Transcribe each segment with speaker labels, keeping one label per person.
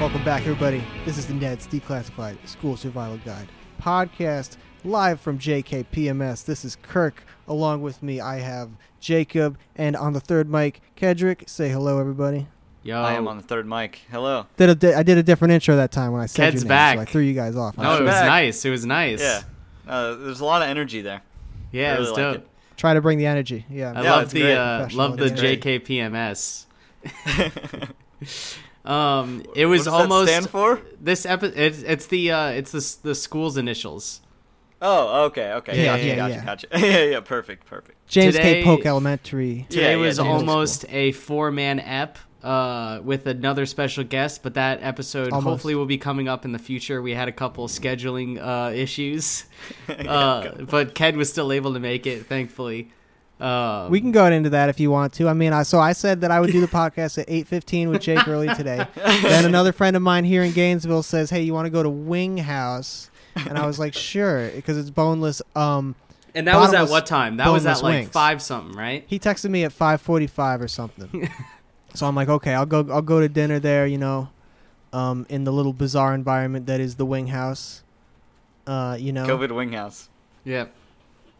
Speaker 1: Welcome back, everybody. This is the Ned's Declassified School Survival Guide podcast, live from JKPMS. This is Kirk. Along with me, I have Jacob, and on the third mic, Kedrick. Say hello, everybody.
Speaker 2: Yo,
Speaker 3: I
Speaker 1: Oh.
Speaker 3: am on the third mic. Hello.
Speaker 1: Did a di- I did a different intro that time when I said
Speaker 2: Ked's
Speaker 1: your name,
Speaker 2: back.
Speaker 1: so I threw you guys off.
Speaker 2: No, it
Speaker 3: I'm
Speaker 2: was
Speaker 3: back.
Speaker 2: nice. It was nice.
Speaker 3: Yeah. Uh, there's a lot of energy there.
Speaker 2: Yeah,
Speaker 3: I
Speaker 2: it was
Speaker 3: really like
Speaker 2: dope.
Speaker 3: it.
Speaker 1: Try to bring the energy. Yeah.
Speaker 2: I
Speaker 3: Yeah,
Speaker 2: love
Speaker 3: it's great.
Speaker 2: the uh,
Speaker 1: Professional,
Speaker 2: love the
Speaker 1: it's
Speaker 3: great.
Speaker 2: JKPMS. Um, it
Speaker 3: What does
Speaker 2: was
Speaker 3: that
Speaker 2: almost
Speaker 3: stand for?
Speaker 2: this episode. It's, it's the uh, it's the s- the school's initials.
Speaker 3: Oh, okay, okay.
Speaker 1: Yeah,
Speaker 3: gotcha,
Speaker 1: yeah,
Speaker 3: gotcha,
Speaker 1: yeah.
Speaker 3: gotcha. yeah, yeah, perfect, perfect.
Speaker 1: James K.
Speaker 2: today-
Speaker 1: Polk Elementary.
Speaker 3: Yeah,
Speaker 2: Today
Speaker 3: yeah,
Speaker 2: was
Speaker 3: dude.
Speaker 2: almost a four man ep uh, with another special guest, but that episode
Speaker 1: Almost.
Speaker 2: hopefully will be coming up in the future. We had a couple scheduling uh, issues, uh, but Ken was still able to make it, thankfully. Um,
Speaker 1: We can go into that if you want to. I mean, I so I said that I would do the podcast at 8:15 with Jake early today. then another friend of mine here in Gainesville says, "Hey, you want to go to Wing House?" And I was like, "Sure," because it's boneless. Um,
Speaker 2: And that was at
Speaker 1: Bottomless-
Speaker 2: what time? That was at
Speaker 1: boneless
Speaker 2: like
Speaker 1: wings.
Speaker 2: five something, right?
Speaker 1: he texted me at 5:45 or something. so I'm like, "Okay, I'll go I'll go to dinner there, you know, um in the little bizarre environment that is the Wing House." Uh, you know.
Speaker 3: COVID Winghouse.
Speaker 2: Yep.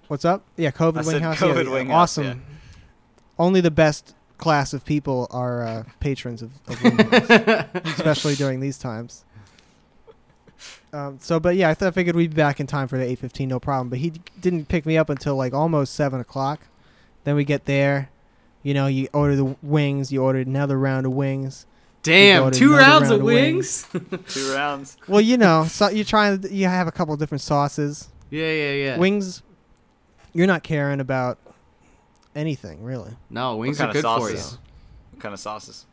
Speaker 1: What's up? Yeah, COVID
Speaker 3: I
Speaker 1: Wing
Speaker 3: said
Speaker 1: House.
Speaker 3: COVID
Speaker 1: yeah,
Speaker 3: Wing
Speaker 1: yeah.
Speaker 3: House,
Speaker 1: awesome.
Speaker 3: yeah.
Speaker 1: Only the best class of people are uh, patrons of, of Wing House, especially during these times. Um, so, but yeah, I, th- I figured we'd be back in time for the eight fifteen, no problem. But he d- didn't pick me up until like almost seven o'clock. Then we get there, you know, you order the w- wings, you order another round of wings.
Speaker 2: Damn,
Speaker 1: go to
Speaker 2: two
Speaker 1: another
Speaker 2: rounds
Speaker 1: round
Speaker 2: of
Speaker 1: of
Speaker 2: wings.
Speaker 3: Two rounds.
Speaker 1: Well, you know, so you try and you have a couple different sauces.
Speaker 2: yeah, yeah, yeah.
Speaker 1: Wings, you're not caring about anything really.
Speaker 2: no, wings
Speaker 3: What
Speaker 2: are
Speaker 3: kind
Speaker 2: good
Speaker 3: of
Speaker 2: for you.
Speaker 3: sauces? What kind of sauces?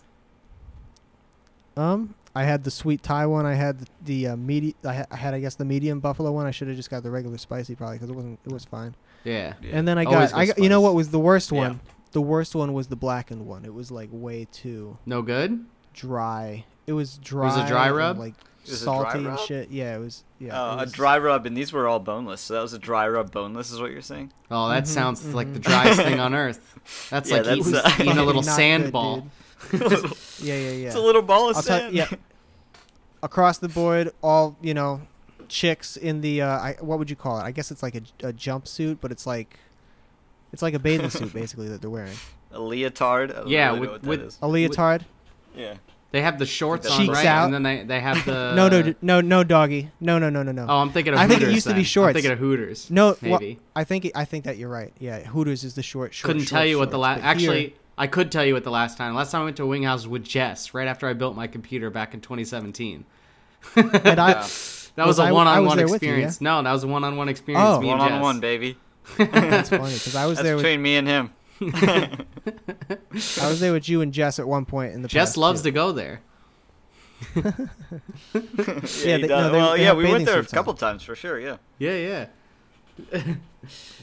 Speaker 1: Um, I had the sweet Thai one. I had the, the uh, medi- I, ha- I had, I guess, the medium buffalo one. I should have just got the regular spicy, probably, because it wasn't. It was fine.
Speaker 2: Yeah.
Speaker 3: Yeah.
Speaker 1: And then I
Speaker 2: Always
Speaker 1: got, I
Speaker 2: good
Speaker 1: got. You know
Speaker 2: spice.
Speaker 1: what was the worst
Speaker 3: Yeah.
Speaker 1: one? The worst one was the blackened one. It was like way too
Speaker 2: No good?
Speaker 1: dry. It was dry.
Speaker 2: was a dry
Speaker 1: and,
Speaker 2: rub?
Speaker 1: like
Speaker 3: It was a dry
Speaker 1: salty and
Speaker 3: rub?
Speaker 1: shit. Yeah, it was. Yeah,
Speaker 3: Uh,
Speaker 1: it
Speaker 3: A
Speaker 1: was-
Speaker 3: dry rub, and these were all boneless. So that was a dry rub, boneless, is what you're saying?
Speaker 2: Oh, that
Speaker 1: Mm-hmm,
Speaker 2: sounds like the driest thing on earth. That's
Speaker 3: Yeah,
Speaker 2: like
Speaker 3: that's,
Speaker 2: eating,
Speaker 3: uh,
Speaker 2: eating a
Speaker 1: fucking
Speaker 2: little
Speaker 1: not
Speaker 2: sand
Speaker 1: good,
Speaker 2: ball.
Speaker 3: It's a little-
Speaker 1: dude. Yeah, yeah, yeah.
Speaker 3: it's a little ball of
Speaker 1: I'll tell-
Speaker 3: sand.
Speaker 1: yeah. across the board, all you know, chicks in the uh, I, what would you call it? I guess it's like a, a jumpsuit, but it's like it's like a bathing suit basically that they're wearing.
Speaker 3: a leotard. I don't
Speaker 2: Yeah,
Speaker 3: really know
Speaker 2: with-
Speaker 3: what that
Speaker 2: with-
Speaker 3: is.
Speaker 1: A leotard?
Speaker 3: Yeah.
Speaker 2: They have the shorts
Speaker 3: Cheeks
Speaker 2: on, right?
Speaker 1: out.
Speaker 2: And then they, they have the.
Speaker 1: no, no, d- no, no, doggy. No, no, no, no, no.
Speaker 2: Uh, Oh, I'm thinking of
Speaker 1: I
Speaker 2: Hooters.
Speaker 1: think it used to be
Speaker 2: then.
Speaker 1: shorts.
Speaker 2: I'm thinking of Hooters.
Speaker 1: no, wha-
Speaker 2: maybe.
Speaker 1: I think I think that you're right. Yeah, Hooters is the short. short
Speaker 2: Couldn't
Speaker 1: short
Speaker 2: tell you what the
Speaker 1: shorts,
Speaker 2: last.
Speaker 1: but here-
Speaker 2: Actually, I could tell you what the last time. Last time I went to a wing house with Jess, right after I built my computer back in 2017.
Speaker 1: and I,
Speaker 3: Yeah.
Speaker 2: That was,
Speaker 1: Was I- I
Speaker 2: a
Speaker 1: was
Speaker 2: one on one
Speaker 1: there with you,
Speaker 2: experience. No, that was a one on one experience.
Speaker 1: Oh.
Speaker 2: me and
Speaker 3: One on one,
Speaker 2: Jess.
Speaker 3: baby.
Speaker 1: that's funny because I was
Speaker 3: That's
Speaker 1: there. With,
Speaker 3: between me and him.
Speaker 1: I was there with you and Jess at one point in the.
Speaker 2: Jess
Speaker 1: past,
Speaker 2: loves
Speaker 1: too.
Speaker 2: to go there.
Speaker 3: yeah,
Speaker 1: Yeah,
Speaker 3: he
Speaker 1: they-
Speaker 3: does.
Speaker 1: no, they-
Speaker 3: well,
Speaker 1: they
Speaker 3: yeah,
Speaker 1: have
Speaker 3: we went
Speaker 1: bathing
Speaker 3: there a
Speaker 1: suits on.
Speaker 3: couple times for sure. Yeah.
Speaker 2: Yeah, yeah.
Speaker 3: Did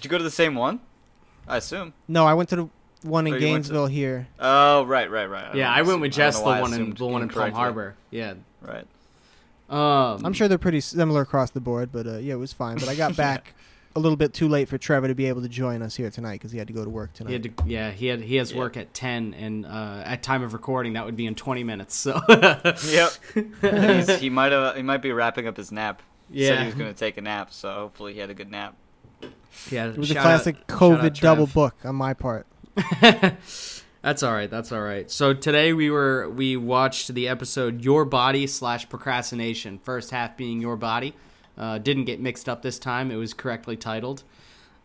Speaker 3: you go to the same one? I assume.
Speaker 1: No, I went to the one in
Speaker 3: Oh, you went to-
Speaker 1: Gainesville here.
Speaker 3: Oh, right, right, right.
Speaker 2: Yeah,
Speaker 3: don't
Speaker 2: I
Speaker 3: know.
Speaker 2: went with
Speaker 3: don't
Speaker 2: Jess,
Speaker 3: know
Speaker 2: the
Speaker 3: why I
Speaker 2: one in
Speaker 3: assumed
Speaker 2: the one in Palm
Speaker 3: incorrectly.
Speaker 2: Harbor. Yeah.
Speaker 3: Right.
Speaker 2: Um,
Speaker 1: I'm sure they're pretty similar across the board, but uh, yeah, it was fine. But I got back a little bit too late for Trevor to be able to join us here tonight because he had to go to work tonight.
Speaker 2: He had to, yeah, he had he has
Speaker 3: Yeah.
Speaker 2: work at ten, and uh, at time of recording that would be in twenty minutes. So
Speaker 3: Yep. And he's, he might have. He might be wrapping up his nap. He said
Speaker 2: Yeah.
Speaker 3: he was going to take a nap, so hopefully he had a good nap.
Speaker 2: yeah,
Speaker 1: it was a classic COVID double book on my part.
Speaker 2: That's all right. That's all right. So today we were we watched the episode "Your Body" slash procrastination. First half being "Your Body," uh, didn't get mixed up this time. It was correctly titled.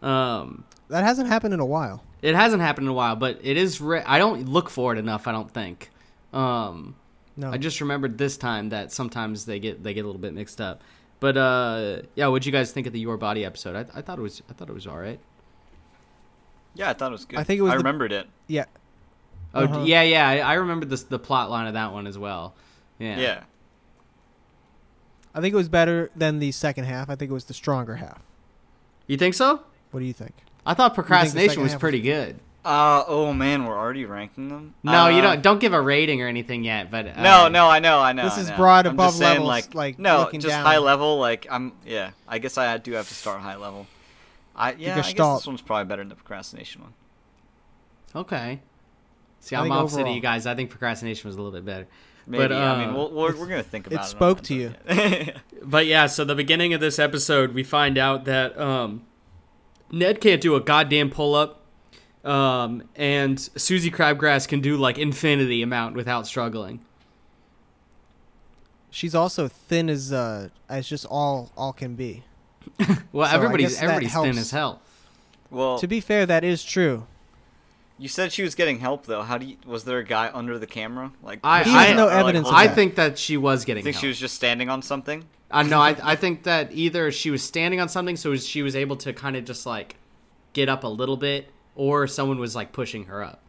Speaker 2: Um,
Speaker 1: That hasn't happened in a while.
Speaker 2: It hasn't happened in a while, but it is. Ra- I don't look for it enough. I don't think. Um,
Speaker 1: No.
Speaker 2: I just remembered this time that sometimes they get they get a little bit mixed up. But uh, yeah, what'd you guys think of the Your Body episode? I, I thought it was I thought it was all right.
Speaker 3: Yeah, I thought it was good.
Speaker 1: I think it was
Speaker 3: I
Speaker 1: the-
Speaker 3: remembered it.
Speaker 1: Yeah.
Speaker 2: Oh
Speaker 1: Uh-huh.
Speaker 2: yeah, yeah. I, I remember this the plot line of that one as well. Yeah.
Speaker 3: Yeah.
Speaker 1: I think it was better than the second half. I think it was the stronger half.
Speaker 2: You think so?
Speaker 1: What do you think?
Speaker 2: I thought procrastination
Speaker 1: second
Speaker 2: was
Speaker 1: half was-
Speaker 2: pretty good.
Speaker 3: Uh, oh man, we're already ranking them.
Speaker 2: No, you
Speaker 3: Uh,
Speaker 2: don't don't give a rating or anything yet. But uh,
Speaker 3: No, no, I know, I know.
Speaker 1: This
Speaker 3: I
Speaker 1: is
Speaker 3: know.
Speaker 1: broad
Speaker 3: I'm
Speaker 1: above
Speaker 3: just saying,
Speaker 1: levels,
Speaker 3: like,
Speaker 1: like,
Speaker 3: no,
Speaker 1: looking
Speaker 3: just
Speaker 1: down.
Speaker 3: high level. Like I'm, yeah. I guess I do have to start high level. I yeah, I guess
Speaker 1: Gestalt.
Speaker 3: this one's probably better than the procrastination one.
Speaker 2: Okay. See,
Speaker 1: I
Speaker 2: I'm
Speaker 1: think
Speaker 2: opposite of
Speaker 1: overall-
Speaker 2: you guys. I think procrastination was a little bit better.
Speaker 3: Maybe.
Speaker 2: But,
Speaker 3: I mean,
Speaker 2: uh,
Speaker 3: we'll, we're, we're gonna think
Speaker 1: it
Speaker 3: about it.
Speaker 1: spoke to you.
Speaker 2: But yeah, so the beginning of this episode, we find out that um, Ned can't do a goddamn pull up, um, and Susie Crabgrass can do like infinity amount without struggling.
Speaker 1: She's also thin as uh as just all all can be.
Speaker 2: Well,
Speaker 1: So I
Speaker 2: everybody's
Speaker 1: guess that
Speaker 2: everybody's thin
Speaker 1: helps.
Speaker 2: as hell. Oh.
Speaker 3: well,
Speaker 1: To be fair, that is true.
Speaker 3: you said she was getting help though. How do you? Was there a guy under the camera? Like
Speaker 2: I-
Speaker 1: He
Speaker 3: pushing
Speaker 1: has
Speaker 3: her,
Speaker 1: no
Speaker 3: or, like,
Speaker 1: evidence of
Speaker 3: holding
Speaker 2: I
Speaker 1: that.
Speaker 3: her?
Speaker 2: think that she was getting.
Speaker 3: You think
Speaker 2: help.
Speaker 3: she was just standing on something.
Speaker 2: I know. I I think that either she was standing on something, so she was able to kind of just like get up a little bit, or someone was like pushing her up.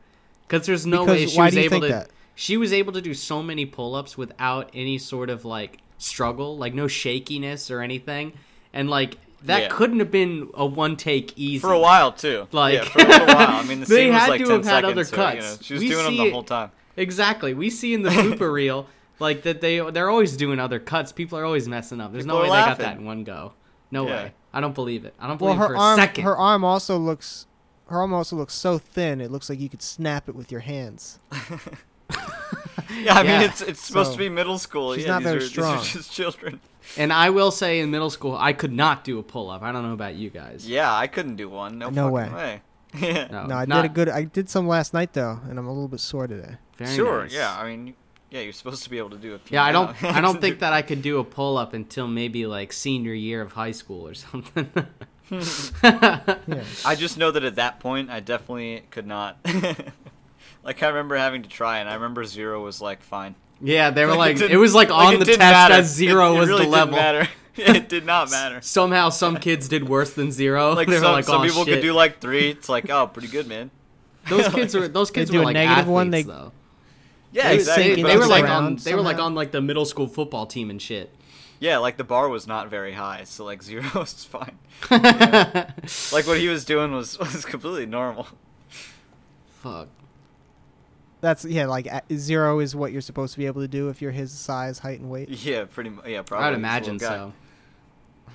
Speaker 2: Because there's no way
Speaker 1: Because
Speaker 2: she
Speaker 1: why
Speaker 2: was
Speaker 1: do you
Speaker 2: able
Speaker 1: think
Speaker 2: to.
Speaker 1: that?
Speaker 2: She was able to do so many pull-ups without any sort of like struggle, like no shakiness or anything, and like that
Speaker 3: Yeah.
Speaker 2: couldn't have been a one take easy
Speaker 3: for a while too.
Speaker 2: Like-
Speaker 3: yeah, for a little while. I mean, the
Speaker 2: They
Speaker 3: scene
Speaker 2: had
Speaker 3: was like
Speaker 2: to
Speaker 3: ten
Speaker 2: have had
Speaker 3: seconds.
Speaker 2: other
Speaker 3: so, you know,
Speaker 2: cuts.
Speaker 3: she was
Speaker 2: We
Speaker 3: doing
Speaker 2: see
Speaker 3: them the
Speaker 2: it-
Speaker 3: whole time.
Speaker 2: Exactly, we see in the blooper reel like that they they're always doing other cuts. People are always messing up. There's no way
Speaker 3: People are
Speaker 2: they got that
Speaker 3: laughing.
Speaker 2: in one go. No
Speaker 3: Yeah.
Speaker 2: way. I don't believe it. I don't
Speaker 1: Well,
Speaker 2: believe it
Speaker 1: her
Speaker 2: for
Speaker 1: arm
Speaker 2: a second.
Speaker 1: her arm also looks her arm also looks so thin. It looks like you could snap it with your hands.
Speaker 3: Yeah, I mean,
Speaker 2: Yeah.
Speaker 3: it's it's supposed
Speaker 1: So,
Speaker 3: to be middle school.
Speaker 1: she's not
Speaker 3: yeah, these
Speaker 1: very
Speaker 3: are,
Speaker 1: strong.
Speaker 3: These are just children.
Speaker 2: And I will say, in middle school, I could not do a pull up. I don't know about you guys.
Speaker 3: Yeah, I couldn't do one. No,
Speaker 1: No
Speaker 3: fucking way. Yeah.
Speaker 2: No,
Speaker 1: no, I
Speaker 2: Oh, not-
Speaker 1: did a good I did some last night though, and I'm a little bit sore today.
Speaker 2: very
Speaker 3: sure.
Speaker 2: nice.
Speaker 3: Yeah. I mean, yeah, you're supposed to be able to do a few.
Speaker 2: Yeah, I
Speaker 3: now.
Speaker 2: don't. I don't think that I could do a pull up until maybe like senior year of high school or something.
Speaker 1: Yeah.
Speaker 3: I just know that at that point, I definitely could not. like I remember having to try, and I remember zero was like fine.
Speaker 2: yeah, they were like, it,
Speaker 3: didn't-
Speaker 2: was like on
Speaker 3: it
Speaker 2: the
Speaker 3: didn't
Speaker 2: test
Speaker 3: matter.
Speaker 2: as zero
Speaker 3: It- it
Speaker 2: was
Speaker 3: really
Speaker 2: the
Speaker 3: didn't
Speaker 2: level.
Speaker 3: matter. it did not matter.
Speaker 2: Somehow, some kids did worse than zero.
Speaker 3: Like
Speaker 2: they were
Speaker 3: some,
Speaker 2: like,
Speaker 3: some
Speaker 2: "Aw,
Speaker 3: people
Speaker 2: shit."
Speaker 3: could do like three. It's like oh, pretty good, man.
Speaker 2: those kids were those kids
Speaker 1: do
Speaker 2: were
Speaker 1: a
Speaker 2: like
Speaker 1: negative one,
Speaker 2: athletes,
Speaker 1: they-
Speaker 2: though.
Speaker 3: Yeah,
Speaker 1: They would
Speaker 3: exactly.
Speaker 1: sink
Speaker 2: They,
Speaker 1: in
Speaker 3: but
Speaker 2: they
Speaker 3: I'm
Speaker 2: were
Speaker 1: the
Speaker 2: like
Speaker 3: saying-
Speaker 2: on
Speaker 1: ground
Speaker 2: they were like
Speaker 1: somehow.
Speaker 2: on like the middle school football team and shit.
Speaker 3: yeah, like the bar was not very high, so like zero is fine. Like what he was doing was was completely normal.
Speaker 2: Fuck.
Speaker 1: That's yeah, like a- zero is what you're supposed to be able to do if you're his size, height, and weight.
Speaker 3: Yeah, pretty. mu- Yeah, probably.
Speaker 2: I'd
Speaker 3: he's a little
Speaker 2: imagine
Speaker 3: guy.
Speaker 2: so.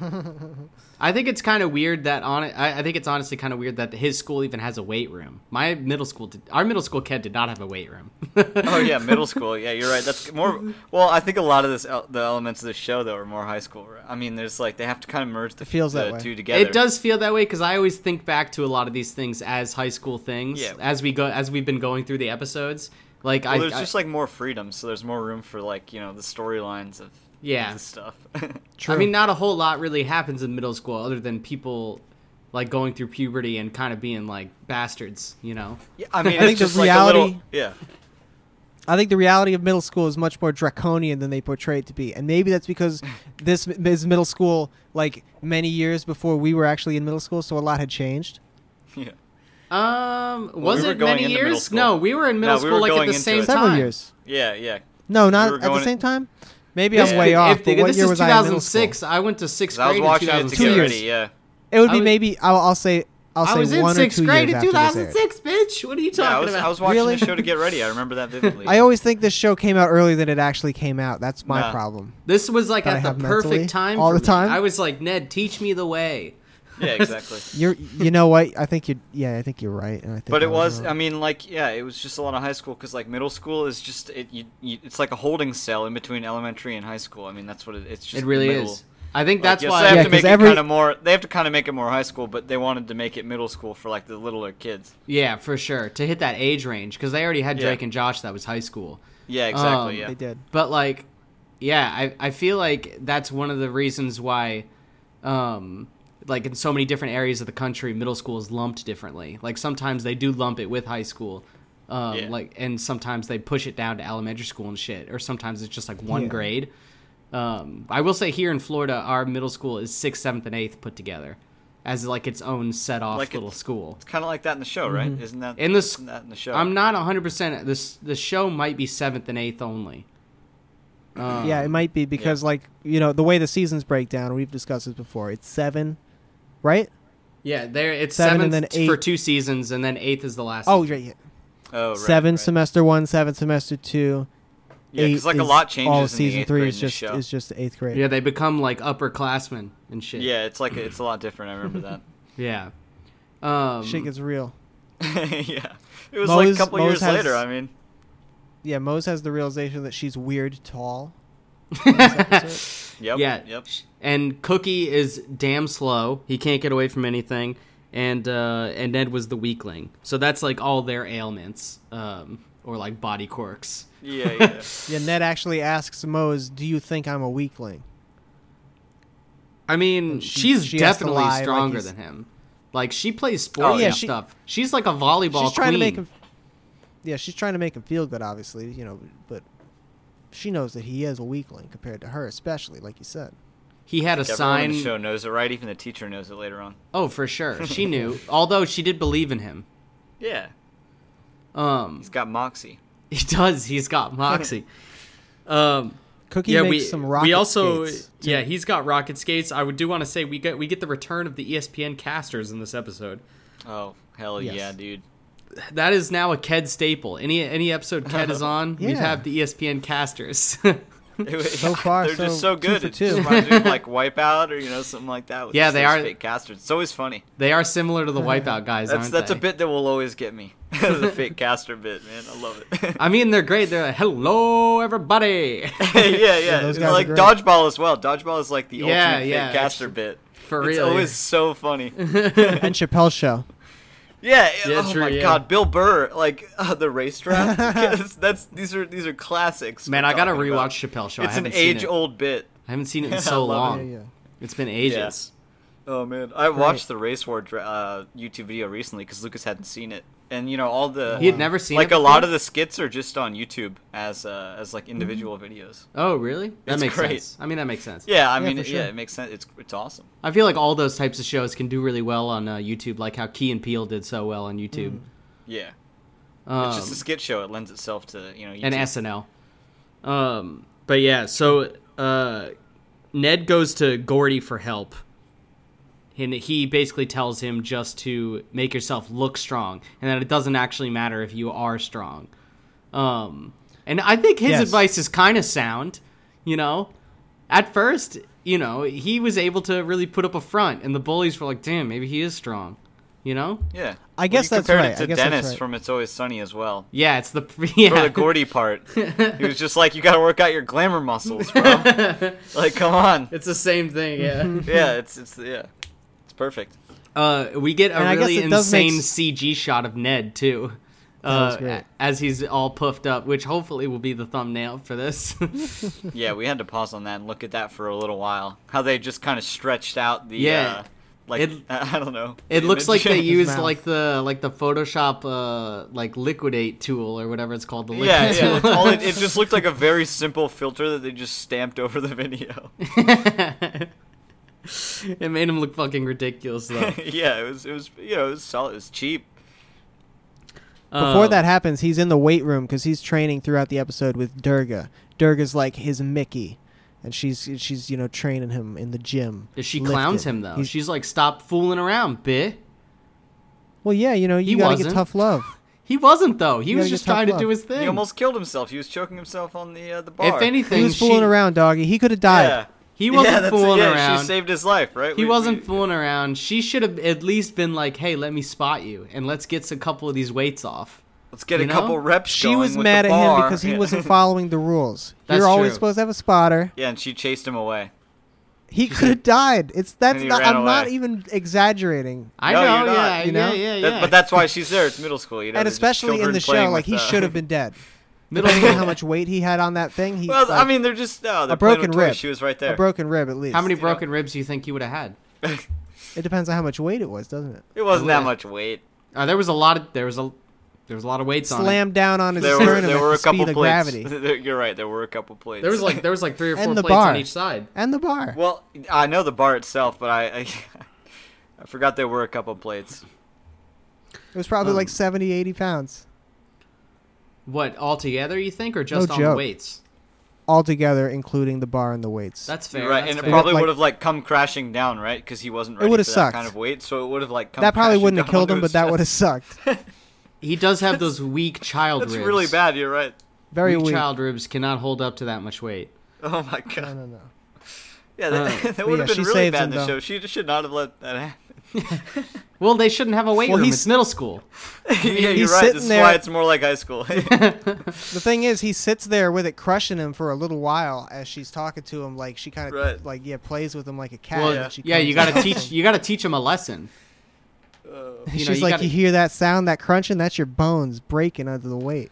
Speaker 2: I think it's kind of weird that on I, I think it's honestly kind of weird that his school even has a weight room. My middle school, did, our middle school kid did not have a weight room.
Speaker 3: Oh yeah, middle school. Yeah, you're right. That's more. Well, I think a lot of this, el- the elements of this show though, are more high school. Right? I mean, there's like they have to kind of merge the,
Speaker 1: It feels
Speaker 3: the
Speaker 1: that way.
Speaker 3: two together.
Speaker 2: it does feel that way because I always think back to a lot of these things as high school things.
Speaker 3: Yeah.
Speaker 2: As we go, as we've been going through the episodes, like I,
Speaker 3: Well, there's
Speaker 2: I-
Speaker 3: just like more freedom, so there's more room for like you know the storylines of
Speaker 2: Yeah.
Speaker 3: the stuff.
Speaker 1: True.
Speaker 2: I mean, not a whole lot really happens in middle school other than people like going through puberty and kind of being like bastards, you know.
Speaker 3: yeah, I mean,
Speaker 1: I think
Speaker 3: it's
Speaker 1: the
Speaker 3: just like a little.
Speaker 1: reality-
Speaker 3: Yeah,
Speaker 1: I think the reality of middle school is much more draconian than they portray it to be, and maybe that's because this m- is middle school, like many years before we were actually in middle school, so a lot had changed.
Speaker 3: yeah.
Speaker 2: Um, was
Speaker 3: we were
Speaker 2: it
Speaker 3: going
Speaker 2: many
Speaker 3: into middle
Speaker 2: years?
Speaker 3: school.
Speaker 2: No, we were in middle
Speaker 3: No, we
Speaker 2: school
Speaker 3: were
Speaker 2: like at
Speaker 3: going
Speaker 2: the
Speaker 3: into
Speaker 2: same
Speaker 3: it.
Speaker 1: Several
Speaker 2: time.
Speaker 1: years.
Speaker 3: Yeah, yeah.
Speaker 1: No, not
Speaker 3: were
Speaker 1: at the
Speaker 3: going-
Speaker 1: same time. Maybe
Speaker 3: This
Speaker 1: I'm way
Speaker 2: If-
Speaker 1: off.
Speaker 2: if-
Speaker 1: but what
Speaker 2: this
Speaker 1: year
Speaker 2: is
Speaker 1: was I in middle school?
Speaker 2: 2006. I went to sixth
Speaker 3: I
Speaker 2: grade
Speaker 3: was watching
Speaker 2: in
Speaker 3: it
Speaker 2: 2006.
Speaker 1: Two
Speaker 3: together.
Speaker 1: years.
Speaker 3: Yeah,
Speaker 1: It would
Speaker 2: I
Speaker 1: be
Speaker 2: was-
Speaker 1: maybe. I'll, I'll say. I'll say
Speaker 2: I was in
Speaker 1: one
Speaker 2: sixth
Speaker 1: or two
Speaker 2: grade in
Speaker 1: years after this aired.
Speaker 2: 2006, bitch. What are you talking
Speaker 3: yeah. I was,
Speaker 2: about?
Speaker 3: I was watching
Speaker 1: Really?
Speaker 3: the show to get ready. I remember that vividly.
Speaker 1: I always think this show came out earlier than it actually came out. That's my
Speaker 3: Nah.
Speaker 1: problem.
Speaker 2: this was like
Speaker 1: that I
Speaker 2: at the
Speaker 1: have mentally
Speaker 2: perfect time.
Speaker 1: all
Speaker 2: for
Speaker 1: the
Speaker 2: me.
Speaker 1: time.
Speaker 2: I was like, Ned, teach me the way.
Speaker 3: yeah, exactly.
Speaker 1: You're, you know what? I think you. Yeah, I think you're right. And I think
Speaker 3: But
Speaker 1: I
Speaker 3: it was,
Speaker 1: wrong.
Speaker 3: I mean, like, yeah, it was just a lot of high school because, like, middle school is just it. You, you, it's like a holding cell in between elementary and high school. I mean, that's what it, it's just.
Speaker 2: It really
Speaker 3: middle.
Speaker 2: is. I think
Speaker 3: Like,
Speaker 2: that's
Speaker 3: yes,
Speaker 2: why.
Speaker 3: they have
Speaker 1: Yeah,
Speaker 3: to
Speaker 1: 'cause
Speaker 3: make
Speaker 1: every-
Speaker 3: it kind of more. They have to kind of make it more high school, but they wanted to make it middle school for like the littler kids.
Speaker 2: Yeah, for sure. To hit that age range, because they already had
Speaker 3: Yeah.
Speaker 2: Drake and Josh. That was high school.
Speaker 3: Yeah, exactly.
Speaker 2: Um,
Speaker 3: yeah,
Speaker 1: they did.
Speaker 2: But like, yeah, I I feel like that's one of the reasons why, um, like in so many different areas of the country, middle school is lumped differently. Like sometimes they do lump it with high school. Um,
Speaker 3: Yeah.
Speaker 2: like and sometimes they push it down to elementary school and shit, or sometimes it's just like one
Speaker 1: Yeah.
Speaker 2: grade. Um, I will say here in Florida, our middle school is sixth, seventh, and eighth put together as like its own set off
Speaker 3: Like it-
Speaker 2: little school.
Speaker 3: it's kind of like that in the show, right?
Speaker 2: Mm-hmm.
Speaker 3: Isn't that
Speaker 2: In the s-
Speaker 3: isn't that in the show?
Speaker 2: I'm not 100. percent This the show might be seventh and eighth only. Um,
Speaker 1: yeah, it might be because like you know the way the seasons break down. We've discussed this before. It's seven, right?
Speaker 2: Yeah, there it's
Speaker 1: Seven
Speaker 2: seventh
Speaker 1: and then
Speaker 2: for
Speaker 1: eight.
Speaker 2: two seasons, and then eighth is the last.
Speaker 1: Oh,
Speaker 2: season.
Speaker 1: right. Yeah.
Speaker 3: oh, right,
Speaker 1: seven
Speaker 3: right.
Speaker 1: semester one, seven semester two.
Speaker 3: Yeah,
Speaker 1: eight
Speaker 3: because like a
Speaker 1: is
Speaker 3: lot changes
Speaker 1: All
Speaker 3: in
Speaker 1: of
Speaker 3: the
Speaker 1: season
Speaker 3: eighth
Speaker 1: three
Speaker 3: grade
Speaker 1: is
Speaker 3: in the
Speaker 1: just
Speaker 3: show.
Speaker 1: is just eighth grade.
Speaker 2: yeah, they become like upperclassmen and shit.
Speaker 3: yeah, it's like it's a lot different. I remember
Speaker 2: yeah. Um,
Speaker 1: Shit gets real.
Speaker 3: that. yeah, it was like
Speaker 1: Moe's-
Speaker 3: a couple
Speaker 1: Moe's
Speaker 3: years
Speaker 1: has-
Speaker 3: later. I mean,
Speaker 1: yeah, Mose has the realization that she's weird tall.
Speaker 3: Yep.
Speaker 2: Yeah.
Speaker 3: Yep.
Speaker 2: And Cookie is damn slow. He can't get away from anything. And uh, and Ned was the weakling. So that's like all their ailments um, or like body quirks.
Speaker 3: Yeah. Yeah.
Speaker 1: Yeah, Ned actually asks Mose, "Do you think I'm a weakling?"
Speaker 2: I mean,
Speaker 1: And she-
Speaker 2: she's
Speaker 1: she has to
Speaker 2: definitely
Speaker 1: lie, like
Speaker 2: stronger
Speaker 1: he's- Oh,
Speaker 2: than him. Like she plays sports
Speaker 1: yeah,
Speaker 2: and
Speaker 1: she-
Speaker 2: stuff. She's like a volleyball
Speaker 1: she's trying
Speaker 2: queen.
Speaker 1: to make him. Yeah, she's trying to make him feel good, obviously, you know, but she knows that he is a weakling compared to her, especially like you said.
Speaker 2: he had a
Speaker 3: Everyone in
Speaker 2: sign.
Speaker 3: the show knows it, right? Even the teacher knows it later on.
Speaker 2: Oh, for sure. She knew. Although she did believe in him.
Speaker 3: Yeah.
Speaker 2: Um,
Speaker 3: He's got moxie.
Speaker 2: he does. He's got moxie. Um,
Speaker 1: Cookie
Speaker 2: yeah,
Speaker 1: makes
Speaker 2: we
Speaker 1: some rocket
Speaker 2: we also
Speaker 1: skates.
Speaker 2: yeah he's got rocket skates. I would do want to say we get we get the return of the E ESPN casters in this episode.
Speaker 3: Oh hell
Speaker 1: Yes.
Speaker 3: yeah, dude.
Speaker 2: That is now a Ked staple. Any any episode Ked is on, we
Speaker 1: Yeah.
Speaker 2: have the E ESPN casters.
Speaker 3: so
Speaker 1: far,
Speaker 3: they're just
Speaker 1: so
Speaker 3: so
Speaker 1: two
Speaker 3: good.
Speaker 1: for
Speaker 3: It just
Speaker 1: two.
Speaker 3: reminds me of like Wipeout or you know something like that. With
Speaker 2: Yeah,
Speaker 3: just
Speaker 2: they
Speaker 3: those
Speaker 2: are-
Speaker 3: fake casters. It's always funny.
Speaker 2: they are similar to the Wipeout guys,
Speaker 3: That's
Speaker 2: aren't
Speaker 3: that's
Speaker 2: they?
Speaker 3: a bit that will always get me. the fake caster bit, man. I love it.
Speaker 2: I mean, they're great. They're like, hello everybody.
Speaker 3: yeah, yeah.
Speaker 1: those
Speaker 3: And,
Speaker 1: guys are
Speaker 3: like
Speaker 1: great.
Speaker 3: dodgeball as well. Dodgeball is like the
Speaker 2: Yeah,
Speaker 3: ultimate
Speaker 2: yeah,
Speaker 3: fake caster
Speaker 2: it's-
Speaker 3: bit.
Speaker 2: For
Speaker 3: It's
Speaker 2: real.
Speaker 3: always so funny.
Speaker 1: and Chappelle's show.
Speaker 3: Yeah.
Speaker 2: Yeah,
Speaker 3: oh
Speaker 2: true,
Speaker 3: my
Speaker 2: yeah.
Speaker 3: god, Bill Burr, like uh, the racetrack. that's, that's these are these are classics.
Speaker 2: Man,
Speaker 3: we're
Speaker 2: I gotta
Speaker 3: talking
Speaker 2: rewatch
Speaker 3: about.
Speaker 2: Chappelle Show. I
Speaker 3: It's an
Speaker 2: haven't seen it.
Speaker 3: age-old bit.
Speaker 2: I haven't seen it in
Speaker 3: I
Speaker 2: so
Speaker 3: love it.
Speaker 2: long.
Speaker 1: Yeah, yeah.
Speaker 2: It's been ages.
Speaker 3: Oh man, I watched the race war dra- uh, YouTube video recently because Lucas hadn't seen it, and you know all the
Speaker 2: He had never seen
Speaker 3: like
Speaker 2: it
Speaker 3: a lot
Speaker 2: before?
Speaker 3: of the skits are just on YouTube as uh, as
Speaker 1: Mm-hmm.
Speaker 3: like individual videos.
Speaker 2: Oh, really? That
Speaker 3: It's
Speaker 2: makes
Speaker 3: great.
Speaker 2: sense. I mean, that makes sense.
Speaker 3: Yeah, I
Speaker 1: Yeah,
Speaker 3: mean,
Speaker 1: for
Speaker 3: it-
Speaker 1: sure.
Speaker 3: yeah, it makes sense. It's it's awesome.
Speaker 2: I feel like all those types of shows can do really well on uh, YouTube, like how Key and Peele did so well on YouTube.
Speaker 3: Yeah,
Speaker 2: Um,
Speaker 3: Mm. it's just a skit show. It lends itself to you know YouTube.
Speaker 2: and SNL. Um, but yeah, so uh, Ned goes to Gordy for help, and he basically tells him just to make yourself look strong, and that it doesn't actually matter if you are strong. Um, and I think his
Speaker 1: Yes.
Speaker 2: advice is kind of sound. You know, at first, you know, he was able to really put up a front, and the bullies were like, "Damn, maybe he is strong." You know?
Speaker 3: yeah,
Speaker 1: I guess
Speaker 3: well, you
Speaker 1: that's
Speaker 3: compared
Speaker 1: right,
Speaker 3: It to
Speaker 1: I guess that's
Speaker 3: Dennis
Speaker 1: right.
Speaker 3: from It's Always Sunny as well.
Speaker 2: Yeah, it's the yeah.
Speaker 3: For the Gordy part, he was just like, "You got to work out your glamour muscles, bro. like, come on."
Speaker 2: it's the same thing. Yeah.
Speaker 3: Yeah, it's it's yeah, it's perfect.
Speaker 2: Uh, we get a
Speaker 1: And I guess
Speaker 2: really
Speaker 1: it does make
Speaker 2: insane
Speaker 1: s-
Speaker 2: CG shot of Ned too,
Speaker 1: was
Speaker 2: uh,
Speaker 1: great.
Speaker 2: a- as he's all puffed up, which hopefully will be the thumbnail for this.
Speaker 3: Yeah, we had to pause on that and look at that for a little while. How they just kind of stretched out the
Speaker 2: Yeah.
Speaker 3: uh, like
Speaker 2: It-
Speaker 3: I don't know.
Speaker 2: it
Speaker 3: the
Speaker 2: looks like
Speaker 3: image.
Speaker 2: they used
Speaker 1: mouth.
Speaker 2: like the like the Photoshop uh, like liquidate tool or whatever it's called. The
Speaker 3: yeah,
Speaker 2: liquid
Speaker 3: yeah.
Speaker 2: tool.
Speaker 3: it's all- it, it just looked like a very simple filter that they just stamped over the video.
Speaker 2: it made him look fucking ridiculous though.
Speaker 3: yeah, it was it was you know it was solid. It was cheap.
Speaker 1: Before
Speaker 2: Um,
Speaker 1: that happens, he's in the weight room because he's training throughout the episode with Durga. Durga's like his Mickey, and she's she's you know training him in the gym.
Speaker 2: she
Speaker 1: lifting.
Speaker 2: clowns him though.
Speaker 1: He's-
Speaker 2: She's like, "Stop fooling around, bitch."
Speaker 1: well, yeah, you know you gotta
Speaker 2: wasn't.
Speaker 1: get tough love.
Speaker 2: He wasn't though. He
Speaker 1: You
Speaker 2: was
Speaker 1: gotta
Speaker 2: just
Speaker 1: get tough
Speaker 2: trying to
Speaker 1: love.
Speaker 2: do his thing.
Speaker 3: He almost killed himself. He was choking himself on the uh, the bar.
Speaker 2: if anything,
Speaker 1: He was fooling
Speaker 2: she-
Speaker 1: around, doggy. He could have died.
Speaker 3: yeah,
Speaker 2: He wasn't
Speaker 3: yeah, that's-
Speaker 2: fooling
Speaker 3: yeah,
Speaker 2: around.
Speaker 3: She saved his life, right?
Speaker 2: He
Speaker 3: We-
Speaker 2: wasn't
Speaker 3: we-
Speaker 2: fooling around. She should have at least been like, "Hey, let me spot you, and let's get a couple of these weights off."
Speaker 3: Let's get
Speaker 2: you
Speaker 3: a
Speaker 2: know?
Speaker 3: couple reps.
Speaker 1: She
Speaker 3: going
Speaker 1: was
Speaker 3: with
Speaker 1: mad
Speaker 3: the
Speaker 1: at him
Speaker 3: bar.
Speaker 1: because he
Speaker 3: Yeah.
Speaker 1: wasn't following the rules.
Speaker 2: That's
Speaker 1: You're always
Speaker 2: true.
Speaker 1: supposed to have a spotter.
Speaker 3: Yeah, and she chased him away.
Speaker 1: He could have died. It's that's
Speaker 3: And he
Speaker 1: not,
Speaker 3: ran
Speaker 1: I'm not
Speaker 3: away.
Speaker 1: even exaggerating.
Speaker 2: I
Speaker 3: No,
Speaker 2: know,
Speaker 3: you're not,
Speaker 2: yeah,
Speaker 1: you know?
Speaker 2: yeah, yeah, yeah.
Speaker 3: That- but that's why she's there. It's middle school, you know.
Speaker 1: and
Speaker 3: they're just
Speaker 1: especially in
Speaker 3: children
Speaker 1: the show,
Speaker 3: playing
Speaker 1: like he
Speaker 3: with, uh,
Speaker 1: should have been dead.
Speaker 2: middle
Speaker 1: Depending on how
Speaker 2: school.
Speaker 1: much weight he had on that thing, he
Speaker 3: Well, I
Speaker 1: like,
Speaker 3: mean, they're just no. They're
Speaker 1: a broken
Speaker 3: playing with toys.
Speaker 1: rib.
Speaker 3: She was right
Speaker 1: a
Speaker 3: there.
Speaker 1: broken rib at least.
Speaker 2: How many
Speaker 3: you know.
Speaker 2: broken ribs do you think you would have had?
Speaker 1: It depends on how much weight it was, doesn't it?
Speaker 3: it wasn't that
Speaker 2: Yeah.
Speaker 3: much weight.
Speaker 2: Uh, there was a lot of there was a there was a lot of weights on it.
Speaker 1: Slammed down on his
Speaker 3: There were
Speaker 1: sternum
Speaker 3: there were a
Speaker 1: at the
Speaker 3: couple
Speaker 1: speed of
Speaker 3: plates.
Speaker 1: gravity,
Speaker 3: There- You're right. There were a couple plates.
Speaker 2: There was like there was like three or
Speaker 1: And
Speaker 2: four
Speaker 1: the
Speaker 2: plates
Speaker 1: bar.
Speaker 2: on each side.
Speaker 1: and the bar.
Speaker 3: well, I know the bar itself, but I I, I forgot there were a couple plates.
Speaker 1: it was probably
Speaker 2: um,
Speaker 1: like 70, 80 pounds
Speaker 2: What altogether you think, or just
Speaker 1: No
Speaker 2: on the
Speaker 1: joke.
Speaker 2: weights?
Speaker 1: altogether, including the bar and the weights.
Speaker 2: That's fair.
Speaker 3: You're right,
Speaker 2: that's
Speaker 3: and it
Speaker 2: fair.
Speaker 3: probably
Speaker 1: Like-
Speaker 3: would have like come crashing down, right? Because he wasn't ready
Speaker 1: would've
Speaker 3: for
Speaker 1: sucked.
Speaker 3: that kind of weight, so it would have like come
Speaker 1: that probably
Speaker 3: crashing
Speaker 1: wouldn't have
Speaker 3: down
Speaker 1: killed
Speaker 3: onto
Speaker 1: him, but
Speaker 3: his
Speaker 1: that
Speaker 3: chest.
Speaker 1: would have sucked.
Speaker 2: he does have those weak child
Speaker 3: That's
Speaker 2: ribs.
Speaker 3: really bad. You're right.
Speaker 1: Very
Speaker 2: weak
Speaker 1: weak.
Speaker 2: child ribs cannot hold up to that much weight.
Speaker 3: Oh my
Speaker 1: No,
Speaker 3: god.
Speaker 1: no, no.
Speaker 3: Yeah, that,
Speaker 2: Uh,
Speaker 3: that would
Speaker 1: yeah,
Speaker 3: have been
Speaker 1: she
Speaker 3: really
Speaker 1: saved
Speaker 3: bad
Speaker 1: him,
Speaker 3: in the
Speaker 1: though.
Speaker 3: show. She just should not have let that happen.
Speaker 2: Well, they shouldn't have a weight
Speaker 1: Well,
Speaker 2: room.
Speaker 1: he's-
Speaker 2: It's middle school.
Speaker 3: yeah, you're
Speaker 1: he's
Speaker 3: right.
Speaker 1: sitting
Speaker 3: This is
Speaker 1: there-
Speaker 3: why it's more like high school.
Speaker 1: The thing is, he sits there with it crushing him for a little while as she's talking to him. Like she kind of
Speaker 3: Right.
Speaker 1: like yeah plays with him like a cat.
Speaker 2: Well,
Speaker 1: and
Speaker 2: yeah,
Speaker 1: she comes
Speaker 2: you
Speaker 1: and
Speaker 2: got to
Speaker 1: helps
Speaker 2: teach.
Speaker 1: him.
Speaker 2: You got to teach them a lesson.
Speaker 3: Uh,
Speaker 2: You know,
Speaker 1: She's
Speaker 2: you
Speaker 1: like,
Speaker 2: gotta-
Speaker 1: you hear that sound, that crunching? That's your bones breaking under the weight.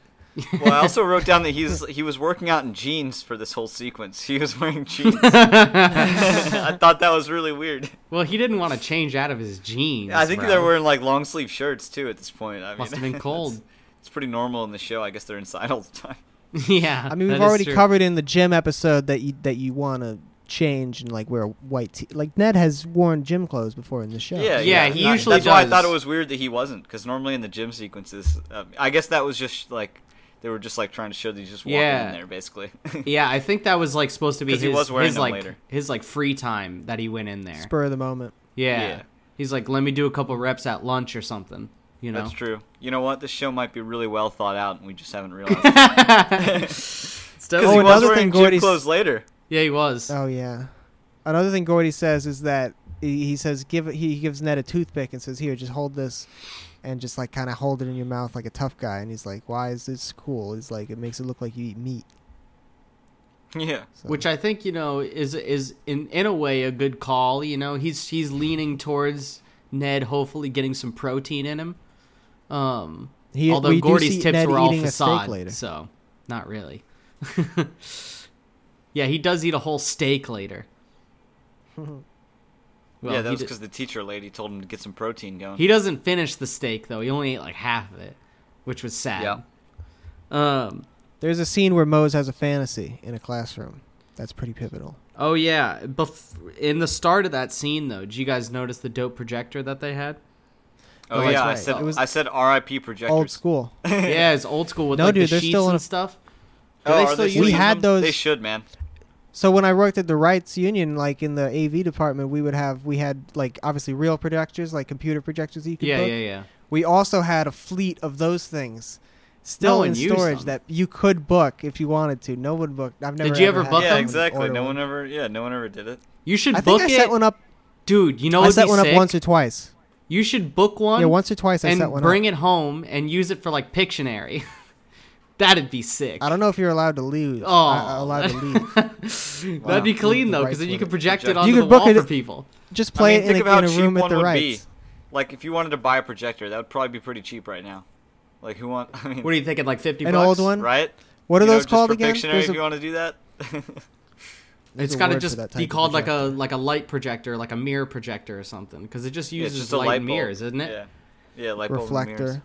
Speaker 3: well, I also wrote down that he's he was working out in jeans for this whole sequence. He was wearing jeans. I thought that was really weird.
Speaker 2: Well, he didn't want to change out of his jeans.
Speaker 3: I think
Speaker 2: bro.
Speaker 3: they're wearing like long sleeve shirts too at this point. I mean,
Speaker 2: Must have been
Speaker 3: it's-
Speaker 2: cold.
Speaker 3: It's, pretty normal in the show. I guess they're inside all the time.
Speaker 2: yeah.
Speaker 1: I mean, we've
Speaker 2: that is
Speaker 1: already
Speaker 2: true.
Speaker 1: covered in the gym episode that you that you want to change and like wear a white tee. Like Ned has worn gym clothes before in the show.
Speaker 3: Yeah,
Speaker 2: Yeah, he
Speaker 3: Not-
Speaker 2: usually
Speaker 3: That's why I
Speaker 2: does.
Speaker 3: thought it was weird that he wasn't, because normally in the gym sequences, um, I guess that was just like they were just like trying to show that he's just walking
Speaker 2: Yeah.
Speaker 3: in there basically.
Speaker 2: Yeah, I think that was like supposed to be his,
Speaker 3: 'Cause he was wearing
Speaker 2: his
Speaker 3: them
Speaker 2: like
Speaker 3: later.
Speaker 2: his like free time that he went in there.
Speaker 1: spur of the moment.
Speaker 2: yeah.
Speaker 3: Yeah.
Speaker 2: He's like, let me do a couple reps at lunch or something. You know.
Speaker 3: That's true. You know what? This show might be really well thought out, and we just haven't realized. Because
Speaker 1: Oh,
Speaker 3: he was
Speaker 1: another
Speaker 3: wearing
Speaker 1: thing
Speaker 3: gym
Speaker 1: Gordy's-
Speaker 3: clothes later.
Speaker 2: yeah, he was.
Speaker 1: Oh yeah. Another thing Gordy says is that he he says give he gives Ned a toothpick and says here just hold this, and just like kind of hold it in your mouth like a tough guy. And he's like, why is this cool? He's like, it makes it look like you eat meat.
Speaker 3: Yeah.
Speaker 1: So-
Speaker 2: Which I think you know is is in in a way a good call. You know, he's he's leaning towards Ned, hopefully getting some protein in him. Um,
Speaker 1: He- we
Speaker 2: although
Speaker 1: do
Speaker 2: Gordy's
Speaker 1: see
Speaker 2: tips
Speaker 1: Ned
Speaker 2: were all
Speaker 1: eating a steak
Speaker 2: facade,
Speaker 1: later.
Speaker 2: so not really. yeah, he does eat a whole steak later. Well,
Speaker 3: yeah, that
Speaker 2: he
Speaker 3: was
Speaker 2: did-
Speaker 3: because the teacher lady told him to get some protein going.
Speaker 2: He doesn't finish the steak though. He only ate like half of it, which was sad.
Speaker 3: Yeah.
Speaker 2: Um.
Speaker 1: There's a scene where Mose has a fantasy in a classroom. That's pretty pivotal.
Speaker 2: Oh yeah. Bef- in the start of that scene though, did you guys notice the dope projector that they had? Oh,
Speaker 3: oh,
Speaker 2: that's
Speaker 3: yeah, I
Speaker 2: right.
Speaker 3: said
Speaker 1: It was-
Speaker 3: I said R.I.p. projectors.
Speaker 1: Old school.
Speaker 2: yeah, it's old school with
Speaker 1: No,
Speaker 2: like
Speaker 1: dude,
Speaker 2: the
Speaker 1: they're
Speaker 2: sheets
Speaker 1: still in
Speaker 2: and
Speaker 1: a-
Speaker 2: stuff.
Speaker 3: Oh,
Speaker 2: Do they
Speaker 3: are
Speaker 2: still
Speaker 3: they
Speaker 2: using
Speaker 3: using
Speaker 1: had
Speaker 3: them?
Speaker 1: those-
Speaker 3: They should, man.
Speaker 1: So when I worked at the rights union, like in the AV department, we would have we had like obviously real projectors, like computer projectors that you could
Speaker 2: Yeah,
Speaker 1: book.
Speaker 2: yeah, yeah.
Speaker 1: We also had a fleet of those things
Speaker 2: No
Speaker 1: still
Speaker 2: one
Speaker 1: in
Speaker 2: used
Speaker 1: storage
Speaker 2: them.
Speaker 1: that you could book if you wanted to. No one booked. I've never.
Speaker 2: Did you ever
Speaker 1: had
Speaker 2: book
Speaker 1: someone
Speaker 3: Yeah,
Speaker 2: them?
Speaker 3: exactly.
Speaker 1: order
Speaker 3: No one ever. Yeah, no one ever did it.
Speaker 2: You should
Speaker 1: I think
Speaker 2: book
Speaker 1: I
Speaker 2: it,
Speaker 1: set one up.
Speaker 2: dude. You know,
Speaker 1: I
Speaker 2: what'd
Speaker 1: set
Speaker 2: be
Speaker 1: one
Speaker 2: sick?
Speaker 1: up once or twice.
Speaker 2: You should book one.
Speaker 1: Yeah, once or twice I
Speaker 2: and
Speaker 1: set one
Speaker 2: bring
Speaker 1: up.
Speaker 2: it home and use it for like Pictionary. That'd be sick.
Speaker 1: I don't know if you're allowed to leave.
Speaker 2: Oh,
Speaker 1: I- I'm allowed to leave.
Speaker 2: That'd
Speaker 3: Wow.
Speaker 2: be clean
Speaker 1: The
Speaker 2: though,
Speaker 1: rights
Speaker 2: because then you
Speaker 1: would-
Speaker 2: could project it
Speaker 3: project-
Speaker 2: onto
Speaker 1: You
Speaker 2: the
Speaker 1: could book
Speaker 2: wall
Speaker 1: it-
Speaker 2: for people.
Speaker 1: Just
Speaker 3: I
Speaker 1: play
Speaker 3: mean,
Speaker 1: it
Speaker 3: think
Speaker 1: in
Speaker 3: of how
Speaker 1: a, in a
Speaker 3: cheap
Speaker 1: room at
Speaker 3: one
Speaker 1: the
Speaker 3: would
Speaker 1: rights.
Speaker 3: be. Like, if you wanted to buy a projector, that would probably be pretty cheap right now. Like, who want? I mean,
Speaker 2: What are you thinking? Like fifty
Speaker 1: An
Speaker 2: bucks?
Speaker 1: old one?
Speaker 3: right?
Speaker 1: What are
Speaker 3: You know,
Speaker 1: those
Speaker 3: just
Speaker 1: called
Speaker 3: for
Speaker 1: again?
Speaker 3: Pictionary,
Speaker 1: There's
Speaker 3: if
Speaker 1: a-
Speaker 3: you want to do that.
Speaker 1: there's
Speaker 2: It's
Speaker 1: a
Speaker 2: got to
Speaker 1: word for
Speaker 2: just
Speaker 1: that type
Speaker 2: be
Speaker 1: of
Speaker 2: called like
Speaker 1: projector.
Speaker 2: a like a light projector, like a mirror projector or something, because it just
Speaker 3: Yeah, it's
Speaker 2: uses
Speaker 3: just a
Speaker 2: light,
Speaker 3: light
Speaker 2: and
Speaker 3: bulb.
Speaker 2: mirrors, isn't it?
Speaker 3: Yeah. Yeah, light bulb and mirrors.
Speaker 1: reflector,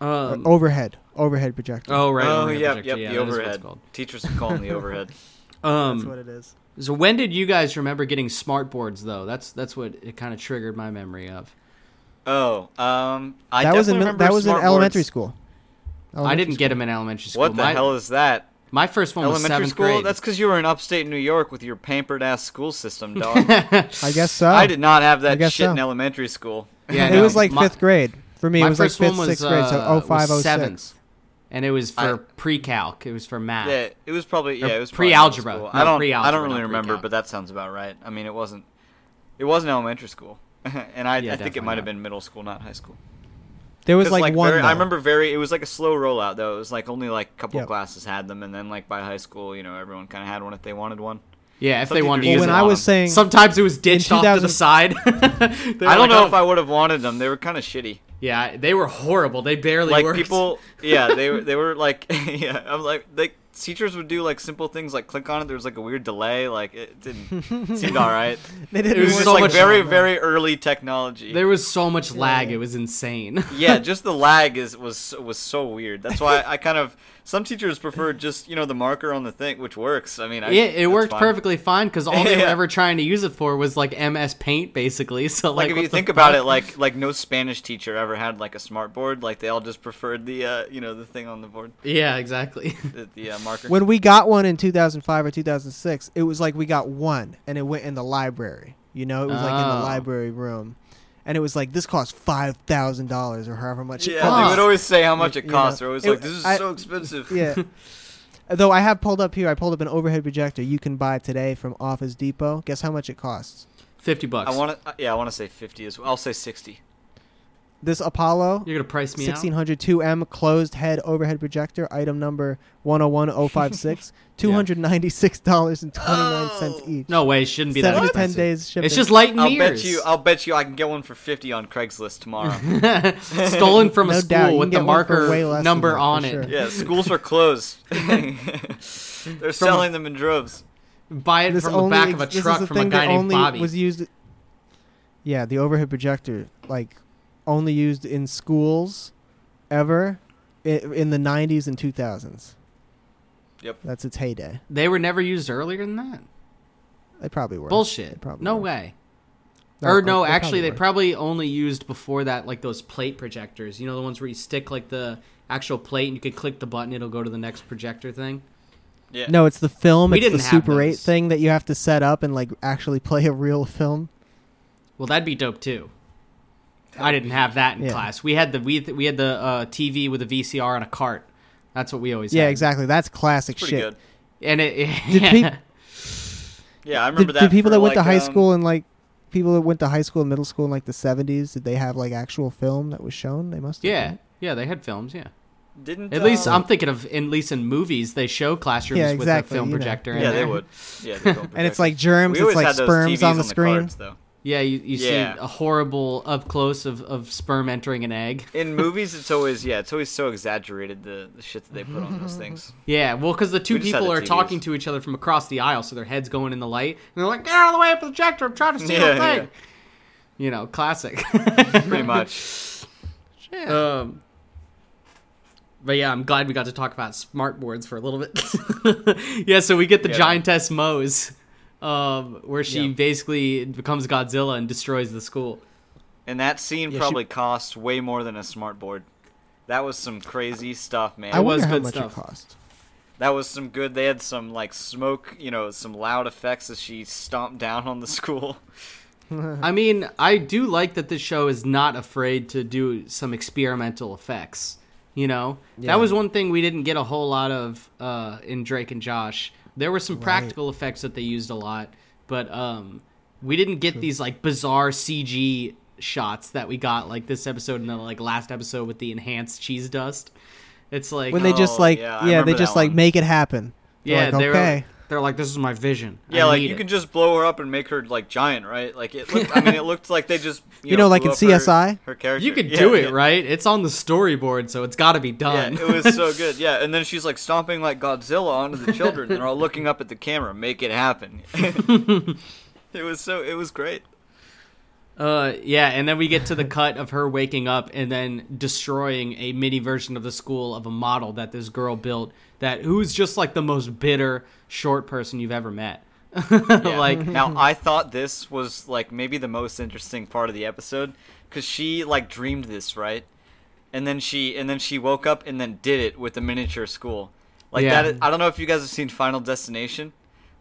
Speaker 2: Um,
Speaker 1: Uh, overhead, overhead projector.
Speaker 2: oh right.
Speaker 3: Oh,
Speaker 2: overhead
Speaker 3: yep,
Speaker 2: projector,
Speaker 3: yep,
Speaker 2: yeah,
Speaker 3: the
Speaker 2: that is what it's
Speaker 3: overhead.
Speaker 2: called.
Speaker 3: Teachers would call them the overhead.
Speaker 2: Um,
Speaker 1: That's what it is.
Speaker 2: So when did you guys remember getting smart boards though? That's that's what it kind of triggered my memory of.
Speaker 3: Oh, um, I
Speaker 1: That was
Speaker 3: definitely
Speaker 1: in mil-
Speaker 3: remember
Speaker 1: that was in
Speaker 3: smart
Speaker 1: elementary
Speaker 3: boards.
Speaker 1: school.
Speaker 2: I
Speaker 1: Elementary
Speaker 2: didn't get them in elementary school.
Speaker 3: What the
Speaker 2: my,
Speaker 3: hell is that?
Speaker 2: my first one was
Speaker 3: Elementary
Speaker 2: seventh
Speaker 3: school?
Speaker 2: grade.
Speaker 3: That's because you were in upstate New York with your pampered ass school system, dog.
Speaker 1: I guess so.
Speaker 3: I did not have that
Speaker 1: guess
Speaker 3: shit
Speaker 1: so.
Speaker 3: in elementary school.
Speaker 2: yeah,
Speaker 1: It
Speaker 2: no,
Speaker 1: was like
Speaker 2: my-
Speaker 1: fifth grade for me.
Speaker 2: My
Speaker 1: It was like
Speaker 2: first
Speaker 1: fifth,
Speaker 2: one was
Speaker 1: sixth grade, so
Speaker 2: uh,
Speaker 1: oh five, oh six.
Speaker 2: was seventh, and it was
Speaker 3: I-
Speaker 2: for pre-calc. It was for math.
Speaker 3: Yeah, it was probably yeah,
Speaker 2: Or
Speaker 3: it was probably middle
Speaker 2: pre-algebra.
Speaker 3: school.
Speaker 2: No,
Speaker 3: I don't I
Speaker 2: pre-algebra,
Speaker 3: don't really
Speaker 2: not
Speaker 3: remember,
Speaker 2: pre-calc.
Speaker 3: but that sounds about right. I mean, it wasn't it wasn't elementary school, and I,
Speaker 2: Yeah,
Speaker 3: I think
Speaker 2: definitely
Speaker 3: it might
Speaker 2: not.
Speaker 3: have been middle school, not high school.
Speaker 1: There was
Speaker 3: 'Cause,
Speaker 1: like, one.
Speaker 3: very-
Speaker 1: though.
Speaker 3: I remember very. It was like a slow rollout though. It was like only like a couple
Speaker 1: Yep.
Speaker 3: classes had them, and then like by high school, you know, everyone kind of had one if they wanted one.
Speaker 2: Yeah, if they
Speaker 3: Something
Speaker 2: wanted to
Speaker 3: to
Speaker 1: Well,
Speaker 2: use
Speaker 1: when
Speaker 2: it.
Speaker 1: I
Speaker 3: on
Speaker 1: was
Speaker 3: them.
Speaker 1: saying,
Speaker 2: Sometimes it was ditched off to the
Speaker 1: 2000
Speaker 2: side. I
Speaker 3: I don't know if I would have wanted them. They were kind of shitty.
Speaker 2: "Oh, Yeah, they were horrible. They barely
Speaker 3: Like
Speaker 2: worked.
Speaker 3: people, yeah, they were they were like, yeah, I'm like they. Teachers would do like simple things like click on it. There was like a weird delay. Like it didn't seemed all right.
Speaker 1: they didn't
Speaker 3: It was
Speaker 1: work
Speaker 2: was
Speaker 3: just
Speaker 2: so
Speaker 3: like
Speaker 2: much
Speaker 3: very,
Speaker 1: on that.
Speaker 3: very early technology.
Speaker 2: There was so much lag. It was insane.
Speaker 3: yeah, just the lag is was was so weird. That's why I kind of some teachers prefer just you know the marker on the thing, which works. I mean, I,
Speaker 2: Yeah, it
Speaker 3: that's
Speaker 2: worked
Speaker 3: fine.
Speaker 2: perfectly fine because all they were
Speaker 3: Yeah.
Speaker 2: ever trying to use it for was like MS Paint, basically. So
Speaker 3: Like,
Speaker 2: like,
Speaker 3: if
Speaker 2: what
Speaker 3: you
Speaker 2: the
Speaker 3: think about
Speaker 2: fuck?
Speaker 3: it, like like no Spanish teacher ever had like a smart board. Like they all just preferred the uh, you know the thing on the board,
Speaker 2: yeah, exactly.
Speaker 3: the, the uh, marker.
Speaker 1: when we got one in 2005 or 2006, it was like we got one, and it went in the library. You know, it was like in
Speaker 2: Oh.
Speaker 1: the library room, and it was like this cost five thousand dollars or however much. it
Speaker 3: yeah,
Speaker 1: cost.
Speaker 3: they would always say how much it
Speaker 1: You
Speaker 3: costs.
Speaker 1: know,
Speaker 3: They're always
Speaker 1: it-
Speaker 3: like, "This is
Speaker 1: I-
Speaker 3: so expensive."
Speaker 1: Yeah. Though I have pulled up here, I pulled up an overhead projector you can buy today from Office Depot. Guess how much it costs?
Speaker 2: Fifty bucks.
Speaker 3: I want to. Yeah, I want to say fifty as well. I'll say sixty.
Speaker 1: This Apollo
Speaker 2: You're gonna price me out.
Speaker 1: 1602M closed head overhead projector, item number 101056, $296.29
Speaker 3: Oh.
Speaker 1: each.
Speaker 2: No way. It shouldn't be
Speaker 1: Seven
Speaker 2: that
Speaker 1: to ten
Speaker 2: expensive.
Speaker 1: days shipping.
Speaker 2: It's just light and
Speaker 3: I'll
Speaker 2: mirrors.
Speaker 3: bet you. I'll bet you. I can get one for fifty on Craigslist tomorrow.
Speaker 2: Stolen from a
Speaker 1: No
Speaker 2: school
Speaker 1: doubt, you
Speaker 2: with
Speaker 1: can get
Speaker 2: the
Speaker 1: one for way less than that,
Speaker 2: marker number
Speaker 1: for
Speaker 2: on
Speaker 1: sure.
Speaker 2: it.
Speaker 3: yeah, schools are closed. They're selling them in droves.
Speaker 2: Buy it
Speaker 1: This
Speaker 2: from the
Speaker 1: only
Speaker 2: back
Speaker 1: ex-
Speaker 2: of a
Speaker 1: this is
Speaker 2: truck
Speaker 1: the
Speaker 2: from a
Speaker 1: thing
Speaker 2: guy
Speaker 1: that
Speaker 2: named
Speaker 1: only
Speaker 2: Bobby.
Speaker 1: Was used. Yeah, the overhead projector, like, only used in schools, ever, i- in the '90s and 2000s.
Speaker 3: Yep.
Speaker 1: That's its heyday.
Speaker 2: They were never used earlier than that.
Speaker 1: They probably were. They
Speaker 2: Bullshit.
Speaker 1: probably
Speaker 2: No
Speaker 1: were.
Speaker 2: way. or no, actually, they
Speaker 1: were.
Speaker 2: probably only used before that, like those plate projectors. You know, the ones where you stick like the actual plate and you could click the button, it'll go to the next projector thing.
Speaker 3: Yeah.
Speaker 1: No, it's the film.
Speaker 2: We
Speaker 1: it's
Speaker 2: didn't
Speaker 1: the
Speaker 2: have
Speaker 1: Super
Speaker 2: those.
Speaker 1: 8 thing that you have to set up and like actually play a real film.
Speaker 2: Well, that'd be dope too. I didn't have that in
Speaker 1: Yeah.
Speaker 2: class. We had the we, we had the uh, TV with a VCR and a cart. That's what we always
Speaker 1: Yeah,
Speaker 2: had.
Speaker 1: exactly. That's classic
Speaker 3: pretty
Speaker 1: shit.
Speaker 3: good.
Speaker 2: And it,
Speaker 1: Did
Speaker 2: yeah.
Speaker 1: peop-
Speaker 3: Yeah, I remember
Speaker 1: Did,
Speaker 3: that.
Speaker 1: did people
Speaker 3: for,
Speaker 1: that went to
Speaker 3: like,
Speaker 1: high
Speaker 3: um,
Speaker 1: school and like people that went to high school and middle school in like the 70s, did they have like actual film that was shown? They must have.
Speaker 2: yeah,
Speaker 1: right?
Speaker 2: yeah, they had films. Yeah,
Speaker 3: Didn't
Speaker 2: at least
Speaker 3: um,
Speaker 2: I'm thinking of at least in movies they show classrooms
Speaker 1: Yeah,
Speaker 2: with a
Speaker 1: exactly,
Speaker 2: film
Speaker 1: you know.
Speaker 2: projector. in
Speaker 3: Yeah, they
Speaker 2: there.
Speaker 3: would. Yeah. they don't
Speaker 1: And it's
Speaker 3: project.
Speaker 1: like germs,
Speaker 3: We
Speaker 1: it's
Speaker 3: always
Speaker 1: like
Speaker 3: had those
Speaker 1: sperms
Speaker 3: TVs
Speaker 1: on the screen.
Speaker 3: cards, though.
Speaker 2: Yeah, you, you
Speaker 3: Yeah.
Speaker 2: see a horrible up close of, of sperm entering an egg.
Speaker 3: In movies, it's always yeah, it's always so exaggerated the, the shit that they put on those things.
Speaker 2: Yeah, well, because the two
Speaker 3: We just had
Speaker 2: people
Speaker 3: the
Speaker 2: are
Speaker 3: TVs.
Speaker 2: talking to each other from across the aisle, so their heads going in the light, and they're like, "Get out of the way, projector! I'm trying to see the
Speaker 3: Yeah,
Speaker 2: thing."
Speaker 3: yeah.
Speaker 2: You know, classic.
Speaker 3: Pretty much. Uh,
Speaker 2: Um, but yeah, I'm glad we got to talk about smart boards for a little bit. yeah, so we get the
Speaker 3: Yeah.
Speaker 2: giantess Mose, um, where she
Speaker 1: Yeah.
Speaker 2: basically becomes Godzilla and destroys the school.
Speaker 3: And that scene
Speaker 1: Yeah, she-
Speaker 3: probably cost way more than a smart board. That was some crazy stuff, man.
Speaker 1: I
Speaker 2: was
Speaker 1: wonder how
Speaker 2: good
Speaker 1: much
Speaker 2: stuff.
Speaker 1: it cost.
Speaker 3: that was some good. They had some like smoke, you know, some loud effects as she stomped down on the school.
Speaker 2: I mean, I do like that this show is not afraid to do some experimental effects. You know,
Speaker 1: Yeah.
Speaker 2: that was one thing we didn't get a whole lot of uh, in Drake and Josh. There were some practical effects that they used a lot, but um, we didn't get these like bizarre CG shots that we got like this episode and the like last episode with the enhanced cheese dust. It's like um,
Speaker 1: When they just
Speaker 3: Oh,
Speaker 1: like
Speaker 3: yeah,
Speaker 1: yeah,
Speaker 3: I remember
Speaker 1: they
Speaker 3: that
Speaker 1: just like
Speaker 3: one.
Speaker 1: make it happen. They're
Speaker 2: yeah,
Speaker 1: like,
Speaker 2: they
Speaker 1: okay.
Speaker 2: were they're like this is my vision.
Speaker 3: Yeah,
Speaker 2: I
Speaker 3: like
Speaker 2: need
Speaker 3: you
Speaker 2: it."
Speaker 3: could just blow her up and make her like giant, right? Like it. Looked, I mean, it looked like they just you,
Speaker 1: You know, like
Speaker 3: blew
Speaker 1: in
Speaker 3: up her-
Speaker 1: CSI?
Speaker 3: her, character.
Speaker 2: you could
Speaker 3: Yeah,
Speaker 2: do it
Speaker 3: yeah.
Speaker 2: right. It's on the storyboard, so it's got to be
Speaker 3: Yeah,
Speaker 2: done.
Speaker 3: it was so good. Yeah, and then she's like stomping like Godzilla onto the children, and they're all looking up at the camera. Make it happen. it was so. It was great.
Speaker 2: Uh, yeah, and then we get to the cut of her waking up and then destroying a mini version of the school of a model that this girl built. That who's just like the most bitter short person you've ever met.
Speaker 3: Yeah.
Speaker 2: like,
Speaker 3: now I thought this was like maybe the most interesting part of the episode because she like dreamed this right, and then she and then she woke up and then did it with a miniature school. Like
Speaker 2: Yeah.
Speaker 3: that. Is, I don't know if you guys have seen Final Destination,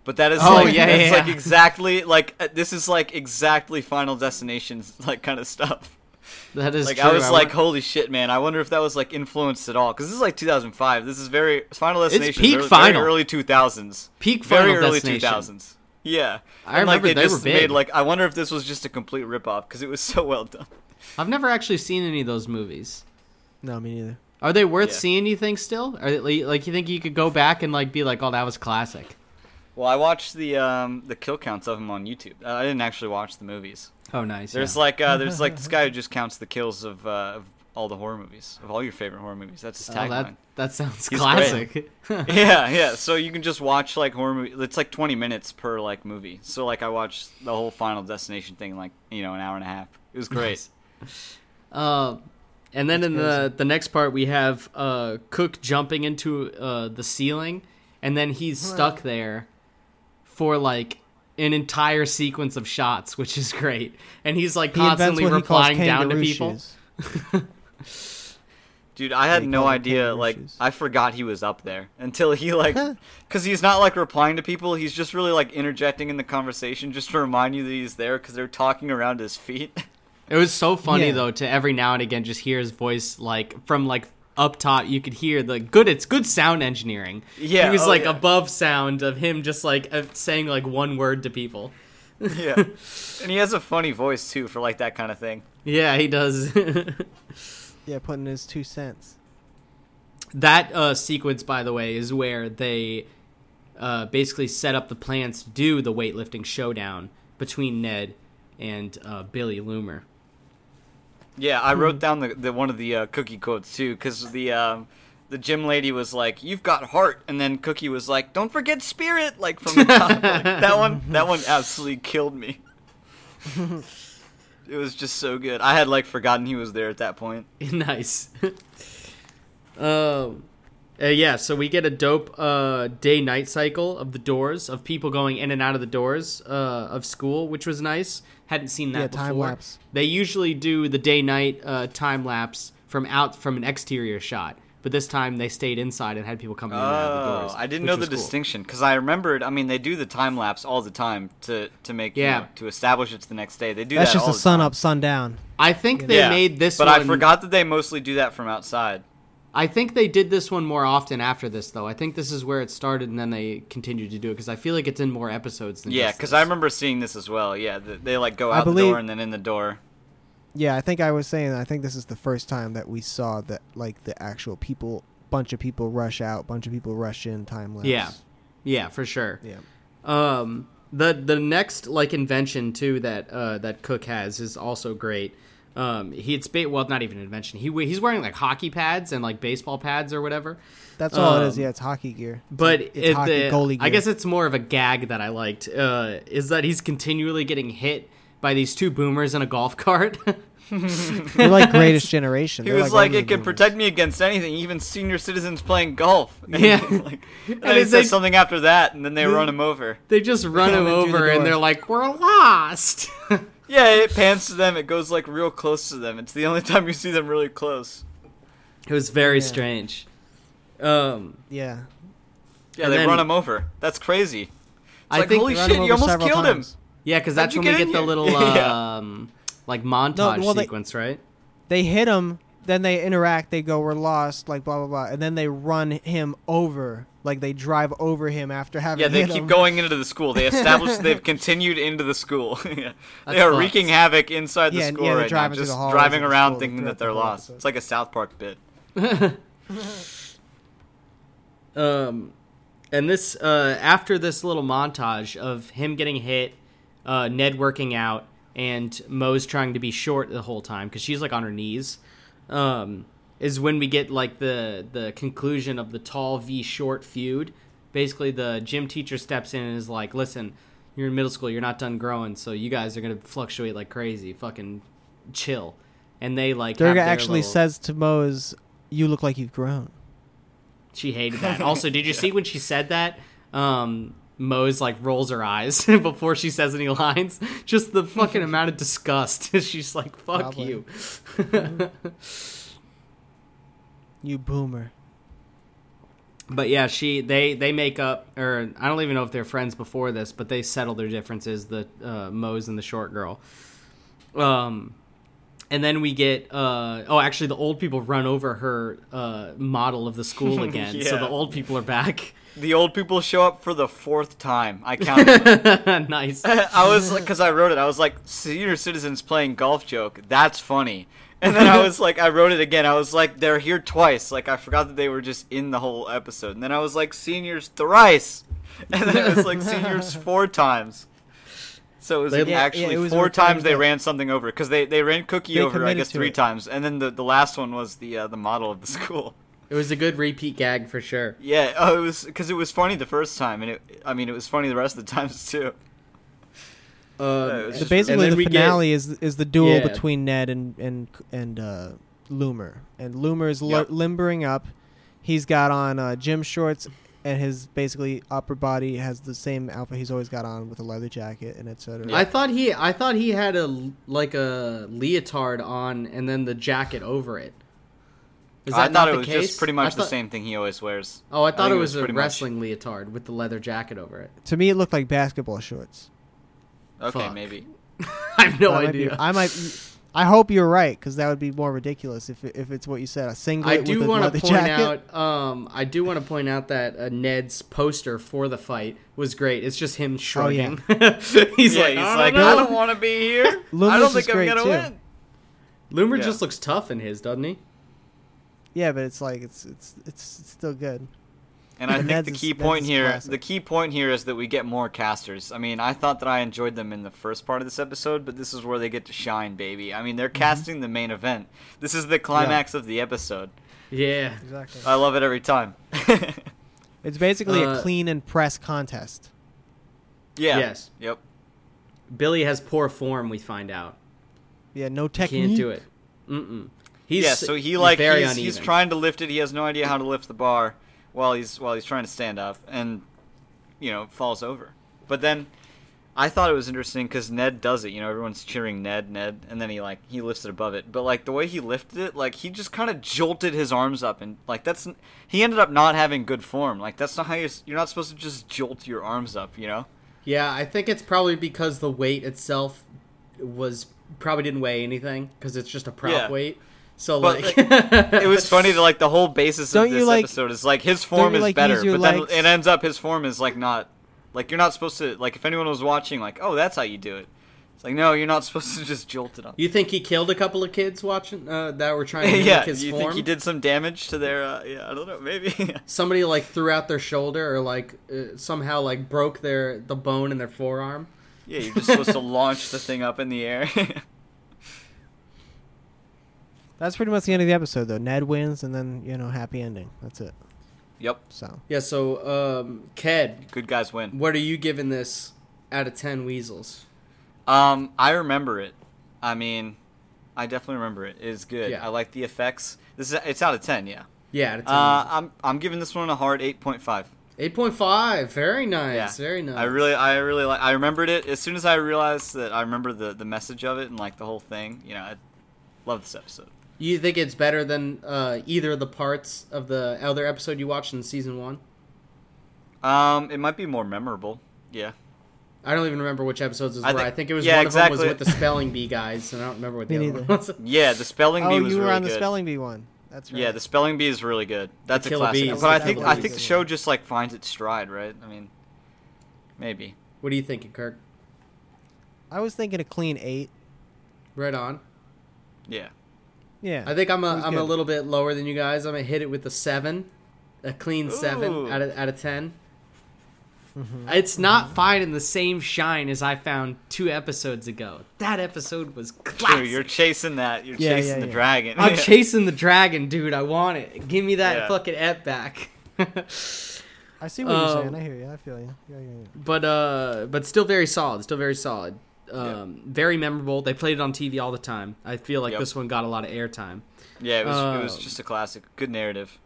Speaker 3: but that is
Speaker 2: Oh,
Speaker 3: like
Speaker 2: yeah,
Speaker 3: that's
Speaker 2: yeah,
Speaker 3: like
Speaker 2: yeah.
Speaker 3: exactly like uh, this is like exactly Final Destination's like kind of stuff.
Speaker 2: that is
Speaker 3: Like
Speaker 2: true.
Speaker 3: I was like,
Speaker 2: wonder-
Speaker 3: holy shit, man! I wonder if that was like influenced at all because this is like 2005. This is very Final Destination. is
Speaker 2: peak
Speaker 3: early,
Speaker 2: Final.
Speaker 3: very early 2000s.
Speaker 2: Peak
Speaker 3: very
Speaker 2: Final
Speaker 3: early
Speaker 2: Destination.
Speaker 3: 2000s. Yeah,
Speaker 2: I
Speaker 3: And, like,
Speaker 2: remember
Speaker 3: they,
Speaker 2: they were
Speaker 3: just
Speaker 2: big.
Speaker 3: made like I wonder if this was just a complete ripoff because it was so well done.
Speaker 2: I've never actually seen any of those movies.
Speaker 1: No, me neither.
Speaker 2: Are they worth
Speaker 3: Yeah.
Speaker 2: seeing? You think still? Are they, like you think you could go back and like be like, oh, that was classic.
Speaker 3: Well, I watched the um, the kill counts of them on YouTube. Uh, I didn't actually watch the movies.
Speaker 2: Oh, nice.
Speaker 3: There's
Speaker 2: yeah.
Speaker 3: like uh, there's like this guy who just counts the kills of, uh, of all the horror movies of all your favorite horror movies. That's his
Speaker 2: Oh,
Speaker 3: tagline.
Speaker 2: that that sounds
Speaker 3: He's
Speaker 2: classic.
Speaker 3: yeah, yeah. So you can just watch like horror movie. It's like 20 minutes per like movie. So like I watched the whole Final Destination thing in, like you know an hour and a half. It was great.
Speaker 2: Um, and then in the the next part, we have uh, Cook jumping into uh, the ceiling, and then he's stuck there for like an entire sequence of shots, which is great. And he's like
Speaker 1: He invents
Speaker 2: constantly
Speaker 1: what he calls
Speaker 2: replying down to
Speaker 1: kangaroo
Speaker 2: people.
Speaker 1: shoes.
Speaker 3: Dude, I had
Speaker 1: They
Speaker 3: no
Speaker 1: call it
Speaker 3: idea.
Speaker 1: kangaroo
Speaker 3: Like
Speaker 1: shoes.
Speaker 3: I forgot he was up there until he like because he's not like replying to people. He's just really like interjecting in the conversation just to remind you that he's there because they're talking around his feet.
Speaker 2: It was so funny
Speaker 1: Yeah.
Speaker 2: though to every now and again just hear his voice like from like up top you could hear the good it's good sound engineering.
Speaker 3: Yeah,
Speaker 2: He was
Speaker 3: oh,
Speaker 2: like
Speaker 3: yeah.
Speaker 2: above sound of him just like uh, saying like one word to people.
Speaker 3: yeah. And he has a funny voice too for like that kind of thing.
Speaker 2: Yeah, he does.
Speaker 1: Yeah, putting his two cents.
Speaker 2: that uh, sequence, by the way, is where they uh, basically set up the plans to do the weightlifting showdown between Ned and uh, Billy Loomer.
Speaker 3: Yeah, I
Speaker 2: Hmm.
Speaker 3: wrote down the, the one of the uh, cookie quotes too because the um, the gym lady was like, "You've got heart," and then Cookie was like, "Don't forget spirit." Like from the top, Like, that one. That one absolutely killed me. it was just so good. I had like forgotten he was there at that point.
Speaker 2: nice. um, uh, yeah, so we get a dope uh, day night cycle of the doors, of people going in and out of the doors uh, of school, which was nice. Hadn't seen that
Speaker 1: Yeah,
Speaker 2: before.
Speaker 1: time lapse.
Speaker 2: They usually do the day night uh, time lapse from out from an exterior shot, but this time they stayed inside and had people coming in and out of the doors.
Speaker 3: Oh, I didn't
Speaker 2: which
Speaker 3: know
Speaker 2: was
Speaker 3: the
Speaker 2: cool.
Speaker 3: distinction because I remembered. I mean, they do the time lapse all the time to to make
Speaker 2: Yeah.
Speaker 3: you know, to establish it's the next day. They do
Speaker 1: That's
Speaker 3: that
Speaker 1: just
Speaker 3: all
Speaker 1: a
Speaker 3: the
Speaker 1: sun
Speaker 3: time.
Speaker 1: up, sun down.
Speaker 2: I think they
Speaker 3: Yeah,
Speaker 2: made this
Speaker 3: but
Speaker 2: one.
Speaker 3: I forgot that they mostly do that from outside.
Speaker 2: I think they did this one more often after this, though. I think this is where it started, and then they continued to do it because I feel like it's in more episodes than
Speaker 3: Yeah,
Speaker 2: just
Speaker 3: because
Speaker 2: this.
Speaker 3: I remember seeing this as well. Yeah, th- they like go
Speaker 1: I
Speaker 3: out the
Speaker 1: believe-
Speaker 3: door and then in the door.
Speaker 1: Yeah, I think I was saying. I think this is the first time that we saw that, like the actual people, bunch of people rush out, bunch of people rush in, time lapse.
Speaker 2: Yeah, yeah, for sure.
Speaker 1: yeah.
Speaker 2: Um, the the next like invention too that uh, that Cook has is also great. Um, he had spa- well, not even an invention. He we- he's wearing like hockey pads and like baseball pads or whatever.
Speaker 1: That's all it is.
Speaker 2: Um,
Speaker 1: Yeah, it's hockey gear.
Speaker 2: But
Speaker 1: it's,
Speaker 2: it-
Speaker 1: hockey
Speaker 2: the-
Speaker 1: goalie gear.
Speaker 2: I guess it's more of a gag that I liked. Uh, is that he's continually getting hit by these two boomers in a golf cart.
Speaker 1: they're like Greatest Generation.
Speaker 3: He
Speaker 1: They're
Speaker 3: was like,
Speaker 1: older
Speaker 3: "It can
Speaker 1: boomers."
Speaker 3: protect me against anything, even senior citizens playing golf." And
Speaker 2: Yeah.
Speaker 3: like, and
Speaker 2: And
Speaker 3: then he
Speaker 2: it's like-
Speaker 3: says something after that, and then they run him over.
Speaker 2: they just run him
Speaker 1: they do the
Speaker 2: over and
Speaker 1: door.
Speaker 2: they're like, "We're lost."
Speaker 3: Yeah, it pans to them. It goes like real close to them. It's the only time you see them really close.
Speaker 2: it was very strange. Um,
Speaker 1: Yeah,
Speaker 3: Yeah,
Speaker 2: And
Speaker 3: they
Speaker 2: then-
Speaker 3: run him over. That's crazy. It's
Speaker 2: I
Speaker 3: like,
Speaker 2: think
Speaker 3: holy
Speaker 1: They run
Speaker 3: shit,
Speaker 1: him
Speaker 3: you
Speaker 1: over
Speaker 3: almost
Speaker 1: several
Speaker 3: killed
Speaker 1: times.
Speaker 3: him.
Speaker 2: yeah, because
Speaker 3: How'd
Speaker 2: that's
Speaker 3: you
Speaker 2: when we
Speaker 3: get
Speaker 2: get
Speaker 3: in
Speaker 2: the
Speaker 3: here?
Speaker 2: little
Speaker 3: Yeah.
Speaker 2: um, like montage
Speaker 1: well, they-
Speaker 2: sequence, right?
Speaker 1: They hit him. Then they interact. They go, "We're lost." Like blah blah blah, and then they run him over. Like they drive over him after having.
Speaker 3: Yeah, they
Speaker 1: hit
Speaker 3: keep
Speaker 1: him.
Speaker 3: going into the school. They establish they've continued into the school. yeah. They
Speaker 2: That's
Speaker 3: are
Speaker 2: fucked.
Speaker 3: wreaking havoc inside the
Speaker 1: Yeah, and-
Speaker 3: school
Speaker 1: yeah, they're
Speaker 3: right now,
Speaker 1: driving through
Speaker 3: just
Speaker 1: the halls
Speaker 3: driving
Speaker 1: of the
Speaker 3: around
Speaker 1: school
Speaker 3: thinking
Speaker 1: throughout
Speaker 3: that
Speaker 1: the
Speaker 3: they're
Speaker 1: whole
Speaker 3: lost.
Speaker 1: episode.
Speaker 3: It's like a South Park bit.
Speaker 2: Um, and this uh, after this little montage of him getting hit, uh, Ned working out, and Moe's trying to be short the whole time because she's like on her knees. Um, is when we get like the the conclusion of the tall v short feud. Basically, the gym teacher steps in and is like, "Listen, you're in middle school. You're not done growing, so you guys are gonna fluctuate like crazy. Fucking chill." And they like have
Speaker 1: Durga
Speaker 2: their
Speaker 1: actually
Speaker 2: little-
Speaker 1: says to Mose, "You look like you've grown."
Speaker 2: She hated that. Also, did you see when she said that? Um, Mose like rolls her eyes before she says any lines. Just the fucking amount of disgust. She's like, "Fuck
Speaker 1: Probably.
Speaker 2: you."
Speaker 1: You boomer.
Speaker 2: but yeah, she they they make up, or I don't even know if they're friends before this, but they settle their differences. The uh, Mose and the short girl. Um, and then we get uh oh, actually the old people run over her uh model of the school again. So
Speaker 3: Yeah.
Speaker 2: the old people are back.
Speaker 3: The old people show up for the fourth time. I counted.
Speaker 2: nice.
Speaker 3: I was like, because I wrote it, I was like, senior citizens playing golf joke. That's funny. And then I was like, I wrote it again. I was like, they're here twice. Like, I forgot that they were just in the whole episode. And then I was like, seniors thrice. And then it was like, seniors four times. So it was
Speaker 2: They-
Speaker 3: like,
Speaker 1: Yeah, yeah,
Speaker 3: actually
Speaker 1: it was
Speaker 3: four
Speaker 1: recurring
Speaker 3: times they
Speaker 1: that-
Speaker 3: ran something over. Because they, they ran Cookie
Speaker 1: They
Speaker 3: over, I
Speaker 1: committed
Speaker 3: guess,
Speaker 1: to
Speaker 3: three
Speaker 1: it.
Speaker 3: times. And then the, the last one was the, uh, the model of the school.
Speaker 2: It was a good repeat gag for sure.
Speaker 3: Yeah, oh, it was because it was funny the first time, and it, I mean, it was funny the rest of the times too.
Speaker 2: Um,
Speaker 3: Yeah, it was
Speaker 1: So
Speaker 3: just-
Speaker 2: and
Speaker 1: basically,
Speaker 2: then
Speaker 1: the
Speaker 2: we get-
Speaker 1: finale is is the duel
Speaker 2: Yeah.
Speaker 1: between Ned and and and uh, Loomer. And Loomer is lo-
Speaker 3: Yep.
Speaker 1: limbering up. He's got on uh, gym shorts, and his basically upper body has the same outfit he's always got on with a leather jacket and etc.
Speaker 2: I thought he, I thought he had a like a leotard on, and then the jacket over it. Is
Speaker 3: I thought
Speaker 2: not
Speaker 3: it
Speaker 2: the
Speaker 3: was
Speaker 2: case?
Speaker 3: just pretty
Speaker 2: I
Speaker 3: much the
Speaker 2: thought-
Speaker 3: same thing he always wears.
Speaker 2: Oh, I
Speaker 3: think
Speaker 2: thought it was, a
Speaker 3: pretty much-
Speaker 2: wrestling leotard with the leather jacket over it.
Speaker 1: To me, it looked like basketball shorts.
Speaker 3: Okay,
Speaker 2: Fuck.
Speaker 3: maybe.
Speaker 2: I have no
Speaker 1: I might be-
Speaker 2: idea.
Speaker 1: I might. I hope you're right because that would be more ridiculous if if it's what you said. A singlet
Speaker 2: I do
Speaker 1: with a
Speaker 2: want
Speaker 1: leather
Speaker 2: to point
Speaker 1: jacket.
Speaker 2: out. Um, I do want to point out that uh, Ned's poster for the fight was great. It's just him shrugging. he's
Speaker 3: Oh, yeah,
Speaker 2: like,
Speaker 3: he's
Speaker 2: I
Speaker 3: like,
Speaker 2: don't
Speaker 3: I
Speaker 2: know."
Speaker 3: don't want to be here. I
Speaker 1: Loomis
Speaker 3: don't
Speaker 1: is
Speaker 3: think I'm
Speaker 1: great,
Speaker 3: gonna
Speaker 1: too.
Speaker 3: win.
Speaker 2: Loomer
Speaker 3: Yeah.
Speaker 2: just looks tough in his, doesn't he?
Speaker 1: Yeah, but it's like it's it's it's it's still good.
Speaker 3: And I
Speaker 1: And
Speaker 3: think the
Speaker 1: that's-
Speaker 3: key
Speaker 1: that's
Speaker 3: point here,
Speaker 1: classic.
Speaker 3: the key point here is that we get more casters. I mean, I thought that I enjoyed them in the first part of this episode, but this is where they get to shine, baby. I mean, they're
Speaker 2: Mm-hmm.
Speaker 3: casting the main event. This is the climax of the episode.
Speaker 2: Yeah.
Speaker 1: Exactly.
Speaker 3: I love it every time. yeah.
Speaker 1: It's basically a
Speaker 2: Uh,
Speaker 1: clean and press contest.
Speaker 2: Yes.
Speaker 3: Yep.
Speaker 2: Billy has poor form. We find out.
Speaker 1: Yeah, no
Speaker 2: He
Speaker 1: technique.
Speaker 2: can't do it. Mm-mm. He's
Speaker 3: yeah. So he like
Speaker 2: very
Speaker 3: he's, he's
Speaker 2: uneven.
Speaker 3: trying to lift it. He has no idea how to lift the bar while he's while he's trying to stand up, and you know falls over. But then I thought it was interesting because Ned does it. You know, everyone's cheering Ned, Ned, and then he like he lifts it above it. But like the way he lifted it, like he just kind of jolted his arms up, and like that's n- he ended up not having good form. Like that's not how you're s- you're not supposed to just jolt your arms up. You know.
Speaker 2: Yeah, I think it's probably because the weight itself was probably didn't weigh anything because it's just a prop
Speaker 3: Yeah.
Speaker 2: weight. So
Speaker 3: But,
Speaker 2: like,
Speaker 3: It was funny that like the whole basis
Speaker 1: Don't
Speaker 3: of
Speaker 1: you,
Speaker 3: this
Speaker 1: like-
Speaker 3: episode is like his
Speaker 1: don't
Speaker 3: form
Speaker 1: you,
Speaker 3: is
Speaker 1: like,
Speaker 3: better,
Speaker 1: use your
Speaker 3: but then
Speaker 1: legs?
Speaker 3: it ends up his form is like not like you're not supposed to like if anyone was watching like oh that's how you do it. It's like no, you're not supposed to just jolt it up.
Speaker 2: You think he killed a couple of kids watching uh, that were trying to mimic
Speaker 3: yeah,
Speaker 2: his
Speaker 3: you
Speaker 2: form?
Speaker 3: think he did some damage to their uh, yeah I don't know maybe.
Speaker 2: Somebody like threw out their shoulder or like uh, somehow like broke their the bone in their forearm.
Speaker 3: yeah, you're just supposed to launch the thing up in the air.
Speaker 1: That's pretty much the end of the episode, though. Ned wins, and then you know, happy ending. That's it.
Speaker 3: yep,
Speaker 1: So
Speaker 2: Yeah. So, um, Ked,
Speaker 3: good guys win.
Speaker 2: what are you giving this out of ten weasels?
Speaker 3: Um, I remember it. I mean, I definitely remember it. It's good.
Speaker 2: Yeah.
Speaker 3: I like the effects. This is it's out of ten. Yeah.
Speaker 2: Yeah, out of ten.
Speaker 3: Uh, I'm I'm giving this one a hard eight point five.
Speaker 2: Eight point five. Very nice.
Speaker 3: Yeah.
Speaker 2: Very nice.
Speaker 3: I really, I really like. I remembered it as soon as I realized that I remember the the message of it and like the whole thing. You know, I love this episode.
Speaker 2: You think it's better than uh, either of the parts of the other episode you watched in season one?
Speaker 3: Um, it might be more memorable. Yeah,
Speaker 2: I don't even remember which episodes was
Speaker 3: I
Speaker 2: where.
Speaker 3: think-
Speaker 2: I think it was
Speaker 3: yeah,
Speaker 2: one of them
Speaker 3: exactly.
Speaker 2: was with the spelling bee guys, and I don't remember what the
Speaker 1: Me
Speaker 2: other
Speaker 1: neither.
Speaker 2: one was.
Speaker 3: yeah. The spelling
Speaker 1: oh,
Speaker 3: bee
Speaker 1: you
Speaker 3: was
Speaker 1: were
Speaker 3: really
Speaker 1: on the
Speaker 3: good.
Speaker 1: spelling bee one. That's right.
Speaker 3: Yeah, the spelling bee is really good. That's a
Speaker 2: Kill a
Speaker 3: classic.
Speaker 2: Bee
Speaker 1: is
Speaker 3: but I
Speaker 1: the
Speaker 3: think
Speaker 1: Kill a
Speaker 3: I
Speaker 1: Bee
Speaker 3: think the
Speaker 1: is
Speaker 3: show
Speaker 1: one.
Speaker 3: just like finds its stride, right? I mean, maybe.
Speaker 2: What are you thinking, Kirk?
Speaker 1: I was thinking a clean eight.
Speaker 2: Right on.
Speaker 3: Yeah.
Speaker 1: Yeah.
Speaker 2: I think I'm
Speaker 1: It
Speaker 2: a
Speaker 1: was
Speaker 2: I'm a
Speaker 1: good.
Speaker 2: little bit lower than you guys. I'm gonna hit it with a seven, a clean seven
Speaker 3: Ooh.
Speaker 2: out of out of 10
Speaker 1: Mm-hmm.
Speaker 2: It's not finding the same shine as I found two episodes ago. That episode was classic.
Speaker 3: True. You're chasing that. You're
Speaker 1: Yeah,
Speaker 3: chasing
Speaker 1: yeah,
Speaker 3: the
Speaker 1: yeah.
Speaker 3: dragon.
Speaker 2: I'm chasing the dragon, dude. I want it. Give me that
Speaker 3: Yeah.
Speaker 2: fucking ep back.
Speaker 1: I see what
Speaker 2: um,
Speaker 1: you're saying. I hear you. I feel you. Yeah, yeah, yeah.
Speaker 2: but uh but still very solid still very solid um very memorable they played it on tv all the time i feel like
Speaker 3: Yep.
Speaker 2: this one got a lot of airtime
Speaker 3: yeah, it was it was
Speaker 1: Oh.
Speaker 2: Um,
Speaker 3: just a classic. Good narrative.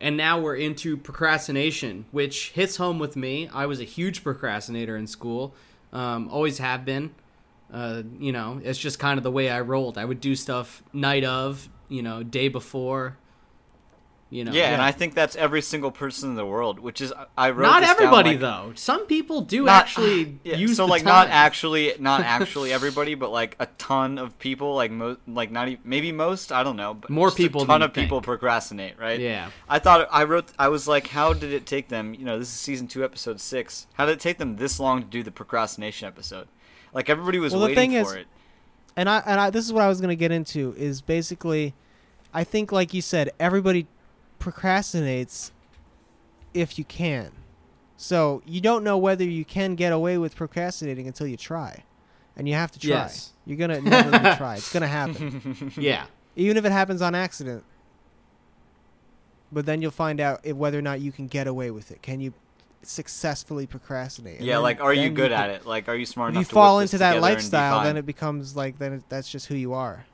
Speaker 2: and now we're into procrastination which hits home with me i was a huge procrastinator in school um always have been uh you know it's just kind of the way i rolled i would do stuff night of you know day before you know
Speaker 1: Oh,
Speaker 3: Yeah, and I think that's every single person in the world, which is I wrote.
Speaker 2: not
Speaker 3: this down,
Speaker 2: everybody
Speaker 3: like,
Speaker 2: though some people do
Speaker 3: Not-
Speaker 2: actually
Speaker 3: yeah,
Speaker 2: use
Speaker 3: so
Speaker 2: the
Speaker 3: like not
Speaker 2: time.
Speaker 3: actually not actually everybody but like a ton of people like most like not even maybe most i don't know but
Speaker 2: More
Speaker 3: just a
Speaker 2: people
Speaker 3: ton
Speaker 2: than you
Speaker 3: of people
Speaker 2: think.
Speaker 3: procrastinate right
Speaker 2: Yeah.
Speaker 3: i thought i wrote i was like how did it take them you know this is season two episode six how did it take them this long to do the procrastination episode like everybody was
Speaker 1: Well, the
Speaker 3: waiting
Speaker 1: thing
Speaker 3: for
Speaker 1: is-
Speaker 3: it
Speaker 1: and I and I this is what I was going to get into is basically, I think like you said, everybody procrastinates if you can. So you don't know whether you can get away with procrastinating until you try, and you have to try.
Speaker 2: Yes.
Speaker 1: You're gonna never gonna try. It's gonna happen,
Speaker 2: yeah
Speaker 1: even if it happens on accident. But then you'll find out if, whether or not you can get away with it. Can you successfully procrastinate?
Speaker 3: yeah like are you good
Speaker 1: at
Speaker 3: at it like are you smart
Speaker 1: If you
Speaker 3: enough to
Speaker 1: fall
Speaker 3: whip this
Speaker 1: into that
Speaker 3: together and be
Speaker 1: lifestyle,
Speaker 3: fine?
Speaker 1: then it becomes like then it, that's just who you are.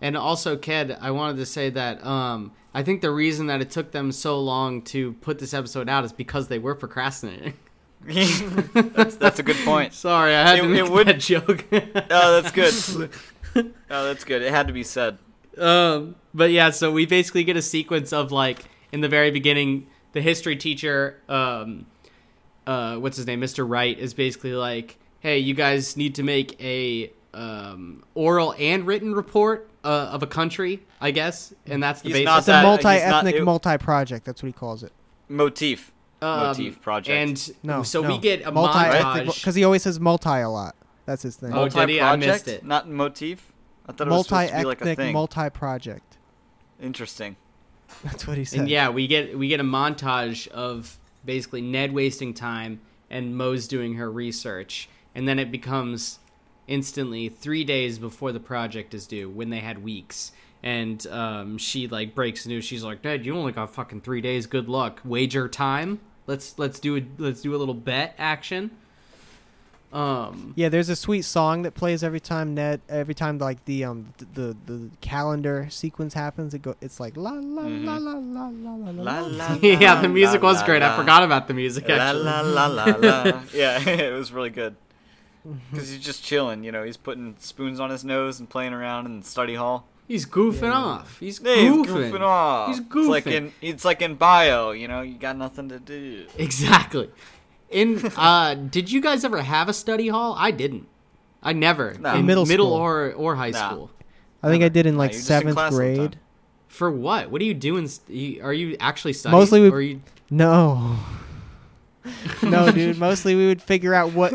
Speaker 2: And also, Ked, I wanted to say that um, I think the reason that it took them so long to put this episode out is because they were procrastinating.
Speaker 3: that's, that's a good point
Speaker 2: Sorry, I had
Speaker 3: It-
Speaker 2: to
Speaker 3: it
Speaker 2: make
Speaker 3: would-
Speaker 2: that joke.
Speaker 3: oh that's good oh that's good it had to be said
Speaker 2: um, but yeah, so we basically get a sequence of like in the very beginning, the history teacher, um, uh, what's his name, Mr. Wright, is basically like, "Hey, you guys need to make a um, oral and written report uh, of a country, I guess, and that's the
Speaker 3: He's
Speaker 2: basis.
Speaker 1: It's a
Speaker 3: that- he's not-
Speaker 1: multi-ethnic,
Speaker 3: it-
Speaker 1: multi-project. That's what he calls it.
Speaker 3: Motif.
Speaker 2: Um,
Speaker 3: motif project.
Speaker 2: And
Speaker 1: No,
Speaker 2: so
Speaker 1: no.
Speaker 2: we get a
Speaker 1: multi-ethnic
Speaker 2: montage.
Speaker 1: because he always says multi a lot. That's his thing.
Speaker 2: Oh, did he? I missed
Speaker 3: Multi-project,
Speaker 2: it.
Speaker 3: Not motif. I thought it was supposed to be
Speaker 1: multi-ethnic,
Speaker 3: like a thing.
Speaker 1: multi-project.
Speaker 3: Interesting.
Speaker 1: That's what he said.
Speaker 2: and yeah, we get we get a montage of basically Ned wasting time and Mose doing her research, and then it becomes instantly three days before the project is due when they had weeks. And um, she like breaks news. She's like, "Ned, you only got fucking three days. Good luck. Wager time. Let's let's do a let's do a little bet action." Um,
Speaker 1: Yeah, there's a sweet song that plays every time Ned, every time like the um th- the the calendar sequence happens. It go, it's like la la la la la la la la.
Speaker 3: Mm-hmm. La,
Speaker 1: la.
Speaker 3: la,
Speaker 2: yeah,
Speaker 3: la,
Speaker 2: the music
Speaker 3: la,
Speaker 2: was
Speaker 3: la,
Speaker 2: great. I
Speaker 3: la.
Speaker 2: forgot about the music.
Speaker 3: La,
Speaker 2: Actually.
Speaker 3: la, la, la, la. yeah, it was really good. Because he's just chilling, you know. He's putting spoons on his nose and playing around in study hall.
Speaker 2: He's goofing off. He's
Speaker 3: Hey,
Speaker 2: goofing.
Speaker 3: he's goofing off.
Speaker 2: He's
Speaker 3: It's like
Speaker 2: goofing.
Speaker 3: in, it's like in bio, you know. You got nothing to do.
Speaker 2: Exactly. In uh, did you guys ever have a study hall? I didn't. I never.
Speaker 3: No.
Speaker 2: In
Speaker 1: Middle
Speaker 2: middle
Speaker 1: school.
Speaker 2: or or high
Speaker 3: Nah.
Speaker 2: school.
Speaker 1: I think I did in
Speaker 3: Nah,
Speaker 1: like
Speaker 3: you're just in
Speaker 1: seventh
Speaker 3: class all the
Speaker 1: grade.
Speaker 3: time.
Speaker 2: For what? What are you doing? st- you- Are you actually studying?
Speaker 1: Mostly we-
Speaker 2: Or are you,
Speaker 1: No. no, dude. Mostly we would figure out what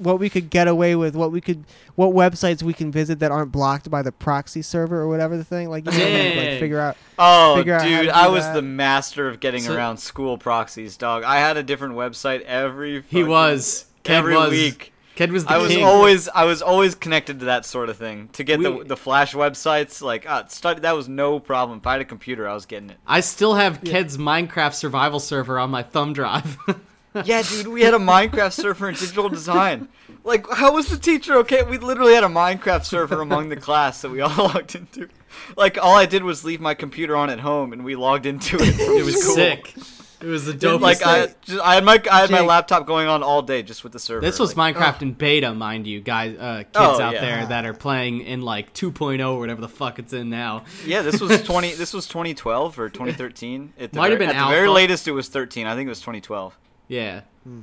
Speaker 1: what we could get away with, what we could, what websites we can visit that aren't blocked by the proxy server or whatever the thing. Like, you know, like, like
Speaker 2: Dang.
Speaker 1: figure out.
Speaker 3: Oh,
Speaker 1: Figure out how to
Speaker 3: dude,
Speaker 1: do
Speaker 3: I was
Speaker 1: that.
Speaker 3: the master of getting
Speaker 2: So-
Speaker 3: around school proxies, dog. I had a different website every.
Speaker 2: he
Speaker 3: fucking-
Speaker 2: was. Ked
Speaker 3: every
Speaker 2: was.
Speaker 3: week.
Speaker 2: Ked was the
Speaker 3: I was
Speaker 2: king.
Speaker 3: always I was always connected to that sort of thing to get
Speaker 2: We-
Speaker 3: the the flash websites like uh, study that was no problem. If I had a computer, I was getting it.
Speaker 2: I still have Ked's Minecraft survival server on my thumb drive.
Speaker 3: Yeah, dude, we had a Minecraft server in digital design. Like, how was the teacher okay? We literally had a Minecraft server among the class that we all logged into. Like, all I did was leave my computer on at home, and we logged into it.
Speaker 2: it was sick. It was the dopest.
Speaker 3: Like, I just, I had my I had my
Speaker 1: Jake.
Speaker 3: laptop going on all day just with the server.
Speaker 2: This was
Speaker 3: like,
Speaker 2: Minecraft in beta, mind you, guys, uh, kids
Speaker 3: Oh,
Speaker 2: out
Speaker 3: yeah.
Speaker 2: there that are playing in like 2.0 or whatever the fuck it's in now.
Speaker 3: Yeah, this was twenty. This was 2012 or 2013. At the
Speaker 2: Might have
Speaker 3: very-
Speaker 2: been
Speaker 3: at the very
Speaker 2: alpha.
Speaker 3: latest. It was 13. I think it was 2012.
Speaker 2: Yeah.
Speaker 1: Hmm.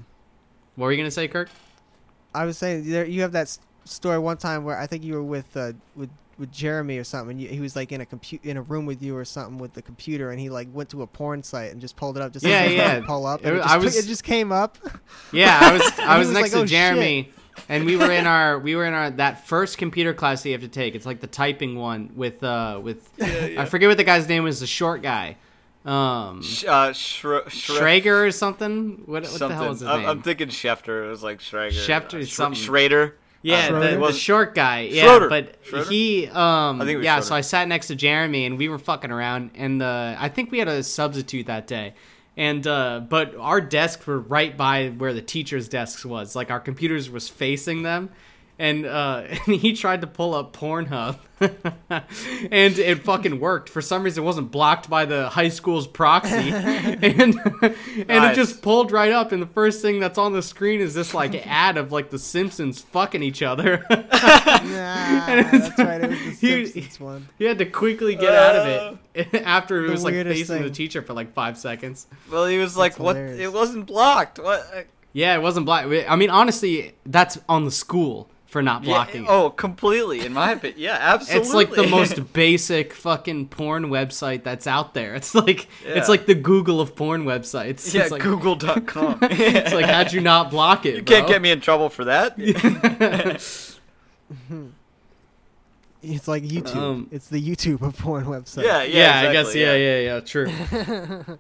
Speaker 2: What were you gonna say, Kirk?
Speaker 1: I was saying there, you have that s- story one time where I think you were with uh, with with Jeremy or something. And you, he was like in a compu- in a room with you or something with the computer, and he like went to a porn site and just pulled it up. Just
Speaker 2: Yeah,
Speaker 1: like,
Speaker 2: yeah.
Speaker 1: Pull up.
Speaker 2: It
Speaker 1: and It,
Speaker 2: was-
Speaker 1: just,
Speaker 2: I was-
Speaker 1: it just came up.
Speaker 2: Yeah, I was I
Speaker 1: He
Speaker 2: was
Speaker 1: was
Speaker 2: next
Speaker 1: like, "Oh,
Speaker 2: to Jeremy, and we were in our we were in our that first computer class that you have to take. It's like the typing one with uh with I forget what the guy's name was, the short guy, um,
Speaker 3: Sh- Uh, Shre- Shre-
Speaker 2: Schrager or something. What, what the
Speaker 3: something.
Speaker 2: hell was his
Speaker 3: I'm,
Speaker 2: name?
Speaker 3: I'm thinking Schefter. It was like Schrager.
Speaker 2: Schefter
Speaker 3: uh,
Speaker 2: is
Speaker 3: Sh-
Speaker 2: something.
Speaker 3: Schrader.
Speaker 2: Yeah,
Speaker 1: Uh,
Speaker 2: the, the
Speaker 1: Schroeder?
Speaker 2: short guy. Yeah,
Speaker 3: Schroeder.
Speaker 2: but
Speaker 3: Schroeder?
Speaker 2: he, um,
Speaker 3: I think it was
Speaker 2: yeah.
Speaker 3: Schroeder.
Speaker 2: So I sat next to Jeremy, and we were fucking around, and the I think we had a substitute that day, and uh, but our desks were right by where the teachers' desks was. Like our computers was facing them, and uh, and he tried to pull up Pornhub, and it fucking worked. For some reason, it wasn't blocked by the high school's proxy, and and it
Speaker 3: Nice.
Speaker 2: just pulled right up, and the first thing that's on the screen is this like ad of like the Simpsons fucking each other.
Speaker 1: nah, that's right. It was the
Speaker 2: He-
Speaker 1: Simpsons one.
Speaker 2: he had to quickly get out of
Speaker 3: Uh,
Speaker 2: it after it
Speaker 1: the
Speaker 2: was like
Speaker 1: weirdest
Speaker 2: facing the
Speaker 1: thing.
Speaker 2: teacher for like five seconds.
Speaker 3: Well, he was like, "What?
Speaker 1: hilarious.
Speaker 3: It wasn't blocked. What? uh,
Speaker 2: Yeah, it wasn't black. I mean, honestly, that's on the school for not
Speaker 3: yeah,
Speaker 2: blocking. it.
Speaker 3: oh, completely. In my opinion, yeah, absolutely.
Speaker 2: It's like the most basic fucking porn website that's out there. It's like
Speaker 3: Yeah.
Speaker 2: it's like the Google of porn websites.
Speaker 3: yeah,
Speaker 2: it's like,
Speaker 3: Google.com.
Speaker 2: It's like how'd you not block it?
Speaker 3: you can't get me in trouble for that.
Speaker 1: It's like YouTube.
Speaker 2: Um,
Speaker 1: it's the YouTube of porn website.
Speaker 3: Yeah, yeah,
Speaker 2: Yeah, I guess.
Speaker 3: exactly,
Speaker 2: Yeah, yeah, yeah. True.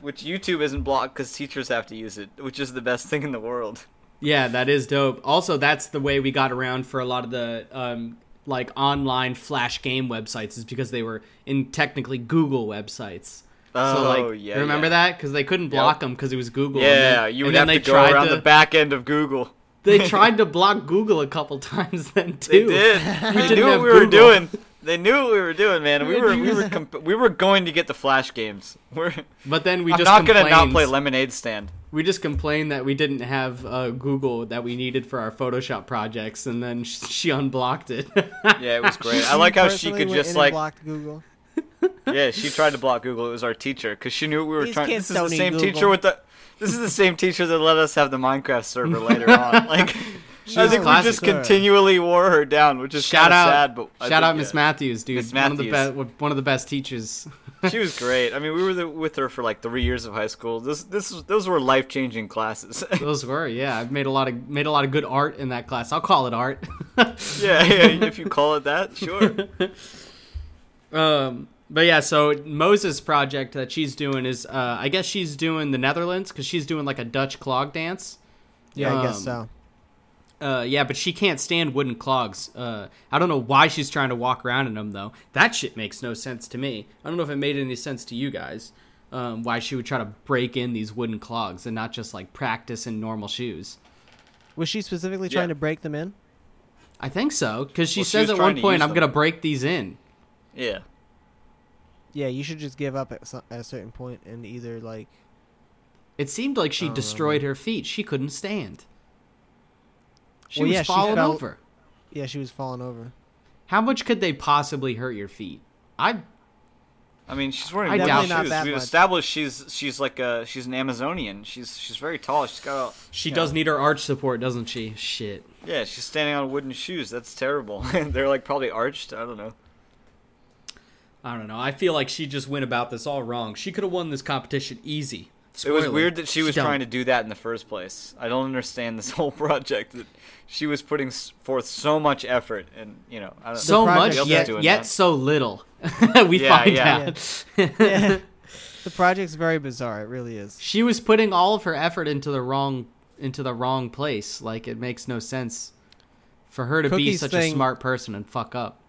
Speaker 3: Which YouTube isn't blocked because teachers have to use it, which is the best thing in the world.
Speaker 2: Yeah, that is dope. Also, that's the way we got around for a lot of the um, like online flash game websites is because they were in technically Google websites. so
Speaker 3: Oh,
Speaker 2: like,
Speaker 3: yeah,
Speaker 2: remember
Speaker 3: yeah.
Speaker 2: that? Because they couldn't block them because it was Google. and
Speaker 3: Yeah,
Speaker 2: then-
Speaker 3: you
Speaker 2: and
Speaker 3: would
Speaker 2: then
Speaker 3: have
Speaker 2: they
Speaker 3: to go
Speaker 2: tried
Speaker 3: around
Speaker 2: to-
Speaker 3: the back end of Google.
Speaker 2: They tried to block Google a couple times then
Speaker 3: They
Speaker 2: too.
Speaker 3: did.
Speaker 2: We
Speaker 3: They
Speaker 2: didn't
Speaker 3: knew what
Speaker 2: have
Speaker 3: we were
Speaker 2: Google.
Speaker 3: doing. They knew what we were doing, man. We were we were comp- we were going to get the flash games. We're
Speaker 2: But then we
Speaker 3: I'm
Speaker 2: just
Speaker 3: not gonna not
Speaker 2: complained-
Speaker 3: play Lemonade Stand.
Speaker 2: We just complained that we didn't have uh, Google that we needed for our Photoshop projects, and then sh- she unblocked it.
Speaker 3: Yeah, it was great. I like how she
Speaker 1: Personally
Speaker 3: could
Speaker 1: went in
Speaker 3: just
Speaker 1: and
Speaker 3: like
Speaker 1: blocked Google.
Speaker 3: yeah, she tried to block Google. It was our teacher because she knew we were
Speaker 1: These
Speaker 3: trying.
Speaker 1: kids
Speaker 3: This is the
Speaker 1: don't need
Speaker 3: same
Speaker 1: Google.
Speaker 3: teacher with the. This is the same teacher that let us have the Minecraft server later on. Like I think we
Speaker 2: classic.
Speaker 3: just continually wore her down, which is
Speaker 2: Shout
Speaker 3: kinda
Speaker 2: out,
Speaker 3: sad. But I
Speaker 2: shout
Speaker 3: think,
Speaker 2: out, Miss
Speaker 3: yeah.
Speaker 2: Matthews, dude.
Speaker 3: Miss
Speaker 2: One of the best, one of the best teachers.
Speaker 3: She was great. I mean, we were the, with her for like three years of high school. This, this, was- those were life changing classes.
Speaker 2: Those were, yeah. I've made a lot of made a lot of good art in that class. I'll call it art.
Speaker 3: yeah, yeah, if you call it that, sure.
Speaker 2: Um, but yeah, so Moses' project that she's doing is, uh, I guess she's doing the Netherlands because she's doing like a Dutch clog dance.
Speaker 1: Yeah, I guess
Speaker 2: Um,
Speaker 1: so.
Speaker 2: Uh, yeah, but she can't stand wooden clogs. Uh, I don't know why she's trying to walk around in them though. That shit makes no sense to me. I don't know if it made any sense to you guys. Um, why she would try to break in these wooden clogs and not just like practice in normal shoes.
Speaker 1: Was she specifically trying to
Speaker 3: Yeah.
Speaker 1: break them in?
Speaker 2: I think so because she
Speaker 3: Well, she
Speaker 2: says
Speaker 3: was
Speaker 2: at
Speaker 3: trying
Speaker 2: one
Speaker 3: to
Speaker 2: point,
Speaker 3: use
Speaker 2: "I'm
Speaker 3: them.
Speaker 2: gonna break these in."
Speaker 3: Yeah.
Speaker 1: Yeah, you should just give up at, so- at a certain point and either like
Speaker 2: It seemed like she destroyed her feet. She couldn't stand. She
Speaker 1: Well,
Speaker 2: was
Speaker 1: yeah, she
Speaker 2: falling
Speaker 1: fell-
Speaker 2: over.
Speaker 1: yeah, she was falling over.
Speaker 2: How much could they possibly hurt your feet? I
Speaker 3: I mean, she's wearing
Speaker 2: I
Speaker 3: normal
Speaker 2: doubt-
Speaker 3: shoes.
Speaker 1: Definitely not that
Speaker 3: We've
Speaker 1: much.
Speaker 3: established she's she's like a she's an Amazonian. She's she's very tall. She's got
Speaker 2: she does need her arch support, doesn't she? Shit.
Speaker 3: a, yeah. She's standing on wooden shoes. That's terrible. They're like probably arched. I don't know.
Speaker 2: I don't know. I feel like she just went about this all wrong. She could have won this competition easy.
Speaker 3: It was weird that she was trying to
Speaker 2: do
Speaker 3: do that in the first place. I don't understand this whole project that she was putting s- forth so much effort and you know I don't
Speaker 2: so
Speaker 1: The
Speaker 2: much
Speaker 1: project-
Speaker 3: Yelp's
Speaker 2: yet
Speaker 3: doing
Speaker 2: yet
Speaker 3: that.
Speaker 2: so little. we
Speaker 3: Yeah,
Speaker 2: find
Speaker 3: yeah.
Speaker 2: out.
Speaker 1: Yeah. the project's very bizarre. It really is.
Speaker 2: She was putting all of her effort into the wrong into the wrong place. Like it makes no sense for her to be
Speaker 1: Cookie's
Speaker 2: such
Speaker 1: thing-
Speaker 2: a smart person and fuck up.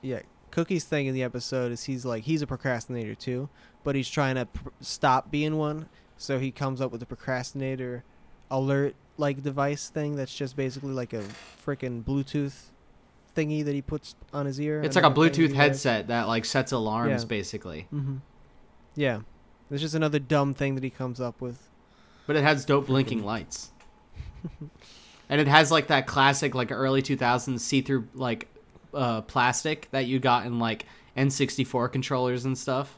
Speaker 1: Yeah, Cookie's thing in the episode is he's like he's a procrastinator too, but he's trying to pr- stop being one. So he comes up with a procrastinator alert like device thing that's just basically like a freaking Bluetooth thingy that he puts on his ear.
Speaker 2: It's like a
Speaker 1: another thing
Speaker 2: Bluetooth
Speaker 1: he wears.
Speaker 2: headset that like sets alarms
Speaker 1: Yeah.
Speaker 2: basically.
Speaker 1: Mm-hmm. Yeah, it's just another dumb thing that he comes up with.
Speaker 2: But it has dope blinking lights. and it has like that classic like early 2000s see-through like uh plastic that you got in like N64 controllers and stuff.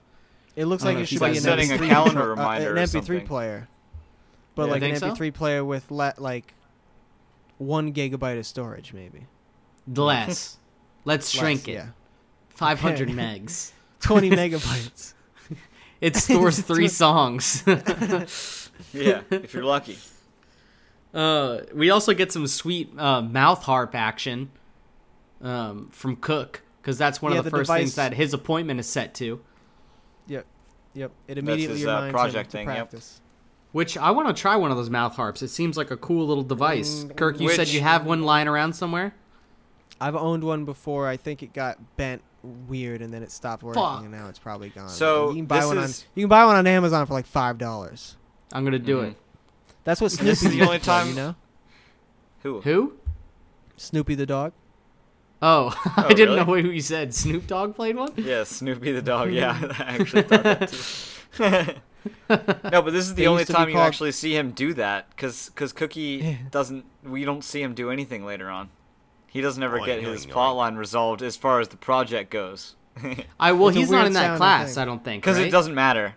Speaker 1: It looks
Speaker 2: I
Speaker 1: like
Speaker 2: don't know
Speaker 1: it
Speaker 2: if
Speaker 1: should
Speaker 2: he's
Speaker 1: be
Speaker 2: like
Speaker 1: an
Speaker 2: setting
Speaker 1: MP3
Speaker 2: a
Speaker 3: calendar
Speaker 1: control- uh,
Speaker 3: reminder or
Speaker 1: an MP3
Speaker 3: something.
Speaker 1: player, but
Speaker 3: Yeah.
Speaker 1: like an
Speaker 2: Think so?
Speaker 1: MP3 player with le- like one gigabyte of storage, maybe
Speaker 2: Less. Let's
Speaker 1: Less,
Speaker 2: shrink it.
Speaker 1: Yeah,
Speaker 2: 500 megs.
Speaker 1: twenty megabytes.
Speaker 2: It stores 3 songs.
Speaker 3: yeah if you're lucky.
Speaker 2: Uh, we also get some sweet uh, mouth harp action um, from Cook because that's one
Speaker 1: Yeah,
Speaker 2: of the,
Speaker 1: the
Speaker 2: first things
Speaker 1: device-
Speaker 2: that his appointment is set to.
Speaker 1: Yep, yep. It immediately
Speaker 3: his, uh,
Speaker 1: reminds
Speaker 3: project
Speaker 1: him
Speaker 3: thing,
Speaker 1: to
Speaker 3: yep.
Speaker 1: practice.
Speaker 2: Which I want to try one of those mouth harps. It seems like a cool little device.
Speaker 1: Mm,
Speaker 2: Kirk, you said
Speaker 3: which-
Speaker 2: you have one lying around somewhere.
Speaker 1: I've owned one before. I think it got bent weird, and then it stopped working,
Speaker 2: Fuck.
Speaker 1: and now it's probably gone.
Speaker 3: So,
Speaker 1: you can buy
Speaker 3: this
Speaker 1: one
Speaker 3: is-
Speaker 1: on you can buy one on Amazon for like five dollars.
Speaker 2: I'm gonna do it.
Speaker 1: That's what Snoopy.
Speaker 3: This is the
Speaker 1: used to
Speaker 3: only
Speaker 1: play, you
Speaker 3: time-
Speaker 1: know Mm-hmm.
Speaker 3: Who?
Speaker 2: Who?
Speaker 1: Snoopy the dog.
Speaker 2: Oh, I
Speaker 3: Oh,
Speaker 2: didn't
Speaker 3: really?
Speaker 2: know who you said. Snoop Dogg played one.
Speaker 3: Yeah, Snoopy the dog. Yeah, I actually thought that too. no, but this is
Speaker 1: They
Speaker 3: the only
Speaker 1: used to be
Speaker 3: time you
Speaker 1: called-
Speaker 3: actually see him do that, because Cookie doesn't. We don't see him do anything later on. He doesn't ever
Speaker 4: Oink,
Speaker 3: get his
Speaker 4: oink,
Speaker 3: plot line resolved as far as the project goes,
Speaker 2: I well,
Speaker 1: It's a
Speaker 2: he's not
Speaker 1: weird
Speaker 2: in that
Speaker 1: sounding
Speaker 2: class.
Speaker 1: thing.
Speaker 2: I don't think.
Speaker 3: because
Speaker 2: right?
Speaker 3: it doesn't matter,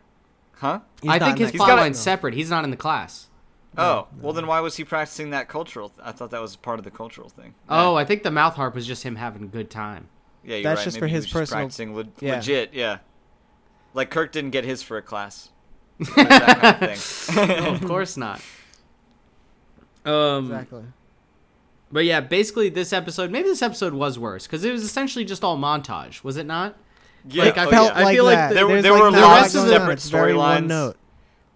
Speaker 3: huh?
Speaker 1: He's
Speaker 2: I
Speaker 1: not
Speaker 2: think
Speaker 1: in
Speaker 2: his
Speaker 1: that
Speaker 3: He's got
Speaker 2: plot
Speaker 3: a-
Speaker 2: line's separate. He's not in the class.
Speaker 3: oh, well then why was he practicing that cultural? I thought that was part of the cultural thing.
Speaker 2: Oh, I think the mouth harp was just him having a good time.
Speaker 3: yeah, you're
Speaker 1: that's
Speaker 3: right.
Speaker 1: just for
Speaker 3: Maybe he
Speaker 1: his
Speaker 3: was
Speaker 1: personal-
Speaker 3: practicing le-
Speaker 1: yeah.
Speaker 3: legit. Yeah, like Kirk didn't get his for a class. Like that kind of thing.
Speaker 2: No, of course not. Um,
Speaker 1: Exactly.
Speaker 2: But yeah, basically this episode, maybe this episode was worse because it was essentially just all montage, was it not?
Speaker 3: Yeah,
Speaker 2: Like, I
Speaker 3: oh,
Speaker 2: felt
Speaker 3: yeah.
Speaker 2: like I feel
Speaker 1: that.
Speaker 2: like
Speaker 3: there were-
Speaker 1: There's,
Speaker 3: there
Speaker 1: like,
Speaker 3: were
Speaker 1: not
Speaker 2: lots
Speaker 1: much going
Speaker 2: of
Speaker 1: on.
Speaker 3: separate
Speaker 1: It's very
Speaker 3: storylines.
Speaker 1: one note.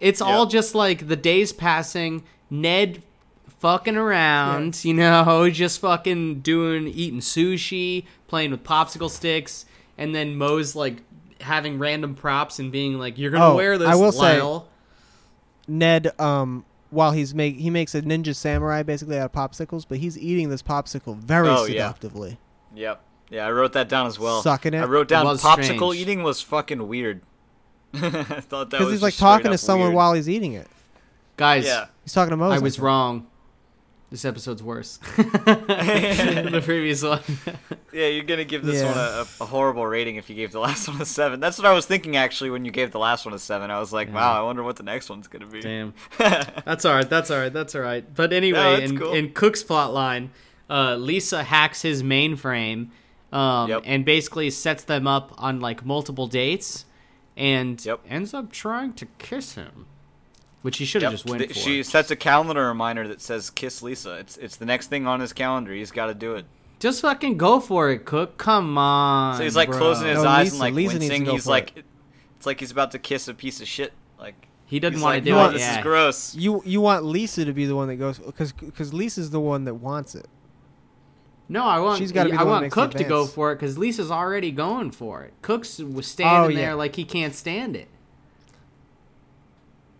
Speaker 2: It's all
Speaker 3: Yeah.
Speaker 2: just like the days passing, Ned fucking around, you know, just fucking doing eating sushi, playing with popsicle sticks, and then Moe's like having random props and being like, "You're gonna
Speaker 1: Oh,
Speaker 2: wear this,
Speaker 1: I will say-
Speaker 2: Lyle."
Speaker 1: Ned, um, while he's make he makes a ninja samurai basically out of popsicles, but he's eating this popsicle very
Speaker 3: Oh, yeah.
Speaker 1: seductively.
Speaker 3: Yep. Yeah, I wrote that down as well.
Speaker 1: Sucking it.
Speaker 3: I wrote down
Speaker 2: It was
Speaker 3: popsicle
Speaker 2: strange.
Speaker 3: eating was fucking weird. I thought that
Speaker 1: Because
Speaker 3: was
Speaker 1: he's like
Speaker 3: just straight
Speaker 1: talking to
Speaker 3: up
Speaker 1: someone
Speaker 3: weird.
Speaker 1: while he's eating it.
Speaker 2: Guys,
Speaker 3: Yeah.
Speaker 1: He's talking to Moses.
Speaker 2: I was wrong. This episode's worse than the previous one.
Speaker 3: Yeah, you're gonna give this
Speaker 1: Yeah.
Speaker 3: one a, a horrible rating if you gave the last one a seven. That's what I was thinking actually when you gave the last one a seven. I was like, wow, I wonder what the next one's gonna be.
Speaker 2: Damn. That's all right. That's all right. That's all right. But anyway,
Speaker 3: that's
Speaker 2: in,
Speaker 3: cool.
Speaker 2: in Cook's plot line, uh, Lisa hacks his mainframe um,
Speaker 3: Yep.
Speaker 2: and basically sets them up on like multiple dates and
Speaker 3: Yep.
Speaker 2: ends up trying to kiss him, which he should have
Speaker 3: Yep.
Speaker 2: just went
Speaker 3: Th-
Speaker 2: for.
Speaker 3: she sets a calendar reminder that says "kiss Lisa." It's it's the next thing on his calendar. He's got to do it.
Speaker 2: Just fucking go for it, Cook. Come on.
Speaker 3: So he's like
Speaker 2: bro.
Speaker 3: closing his
Speaker 1: No,
Speaker 3: eyes
Speaker 1: Lisa-
Speaker 3: and like
Speaker 1: Lisa needs to
Speaker 3: wincing.
Speaker 1: go
Speaker 3: He's
Speaker 1: for
Speaker 3: like, it's like he's about to kiss a piece of shit. Like
Speaker 2: He doesn't
Speaker 3: he's
Speaker 2: want
Speaker 3: like,
Speaker 2: to do
Speaker 3: "No,
Speaker 2: it.
Speaker 3: This
Speaker 2: yeah.
Speaker 3: is gross.
Speaker 1: You you want Lisa to be the one that goes because because Lisa's the one that wants it.
Speaker 2: No, I want.
Speaker 1: She's gotta be the
Speaker 2: I
Speaker 1: one
Speaker 2: want
Speaker 1: that makes the
Speaker 2: Cook to go
Speaker 1: advance.
Speaker 2: for it because Lisa's already going for it. Cook's was standing
Speaker 1: Oh, yeah.
Speaker 2: there like he can't stand it.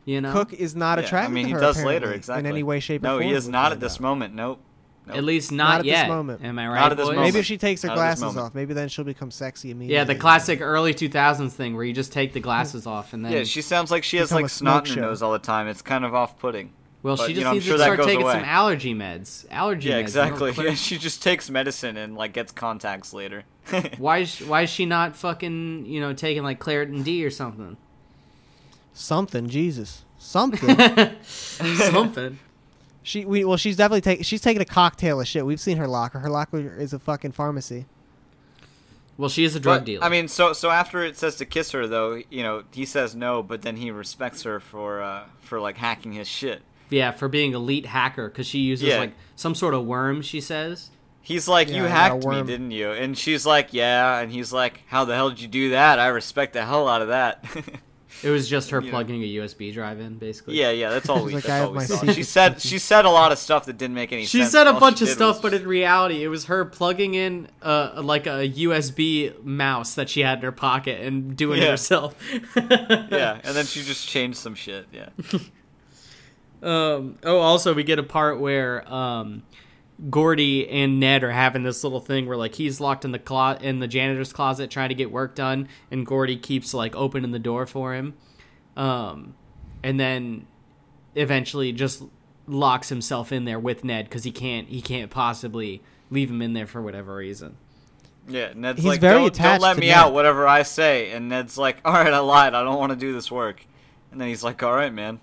Speaker 2: You know,
Speaker 1: Cook is not
Speaker 3: Yeah,
Speaker 1: attracted
Speaker 3: I mean,
Speaker 1: to
Speaker 3: he
Speaker 1: her.
Speaker 3: does
Speaker 1: apparently,
Speaker 3: later exactly.
Speaker 1: in any way, shape, or
Speaker 3: No,
Speaker 1: form.
Speaker 3: he is
Speaker 1: we
Speaker 3: not
Speaker 1: find
Speaker 3: at this
Speaker 1: out.
Speaker 3: moment. Nope. Nope.
Speaker 2: at least
Speaker 1: Not
Speaker 2: not,
Speaker 1: at this
Speaker 2: yet.
Speaker 1: moment.
Speaker 2: Am I right?
Speaker 3: at this
Speaker 2: boys?
Speaker 1: Maybe
Speaker 3: moment.
Speaker 1: if she takes her
Speaker 3: Not at this
Speaker 1: glasses
Speaker 3: moment.
Speaker 1: off, maybe then she'll become sexy immediately.
Speaker 2: Yeah, the classic early two thousands thing where you just take the glasses off and then.
Speaker 3: Yeah, she sounds like she has
Speaker 1: Become a
Speaker 3: like
Speaker 1: smoke
Speaker 3: snot in her
Speaker 1: show.
Speaker 3: nose all the time. It's kind of off-putting.
Speaker 2: well,
Speaker 3: but,
Speaker 2: she
Speaker 3: you
Speaker 2: just
Speaker 3: know, I'm
Speaker 2: needs
Speaker 3: sure
Speaker 2: to
Speaker 3: that
Speaker 2: start
Speaker 3: goes
Speaker 2: taking
Speaker 3: away.
Speaker 2: some allergy meds. Allergy.
Speaker 3: Yeah,
Speaker 2: meds. that'll
Speaker 3: exactly.
Speaker 2: clear-
Speaker 3: Yeah, she just takes medicine and like gets contacts later.
Speaker 2: Why is why is she not fucking you know taking like Claritin D or something?
Speaker 1: Something, Jesus, something.
Speaker 2: something.
Speaker 1: she we well, she's definitely taking she's taking a cocktail of shit. We've seen her locker. Her locker is a fucking pharmacy.
Speaker 2: Well, she is a drug
Speaker 3: But,
Speaker 2: dealer.
Speaker 3: I mean, so so after it says to kiss her though, you know, he says no, but then he respects her for uh for like hacking his shit.
Speaker 2: Yeah, for being elite hacker because she uses
Speaker 3: Yeah.
Speaker 2: like some sort of worm. She says.
Speaker 3: He's like,
Speaker 1: Yeah,
Speaker 3: "You
Speaker 1: I got a
Speaker 3: hacked me,
Speaker 1: worm.
Speaker 3: didn't you?" And she's like, "Yeah." And he's like, "How the hell did you do that? I respect the hell out of that."
Speaker 2: It was just her
Speaker 3: You know.
Speaker 2: plugging a USB drive in, basically.
Speaker 3: yeah, yeah, that's all we,
Speaker 1: She's like, "I
Speaker 3: that's
Speaker 1: have
Speaker 3: all we
Speaker 1: my
Speaker 3: saw.
Speaker 1: secret."
Speaker 3: She said she said a lot of stuff that didn't make any
Speaker 2: She
Speaker 3: sense.
Speaker 2: said a
Speaker 3: All
Speaker 2: bunch
Speaker 3: she
Speaker 2: of
Speaker 3: did
Speaker 2: stuff,
Speaker 3: was
Speaker 2: but in reality, it was her plugging in uh, like a USB mouse that she had in her pocket and doing it
Speaker 3: Yeah.
Speaker 2: herself.
Speaker 3: yeah, and then she just changed some shit. Yeah,
Speaker 2: Um, oh, also we get a part where um, Gordy and Ned are having this little thing where like he's locked in the clo- in the janitor's closet trying to get work done, and Gordy keeps like opening the door for him, um, and then eventually just locks himself in there with Ned because he can't he can't possibly leave him in there for whatever reason.
Speaker 3: yeah. Ned's
Speaker 1: He's
Speaker 3: like,
Speaker 1: very
Speaker 3: don't, "Don't
Speaker 1: attached
Speaker 3: let
Speaker 1: to
Speaker 3: me
Speaker 1: Ned.
Speaker 3: out, whatever I say." And Ned's like, "All right, I lied. I don't want to do this work." And then he's like, "All right, man."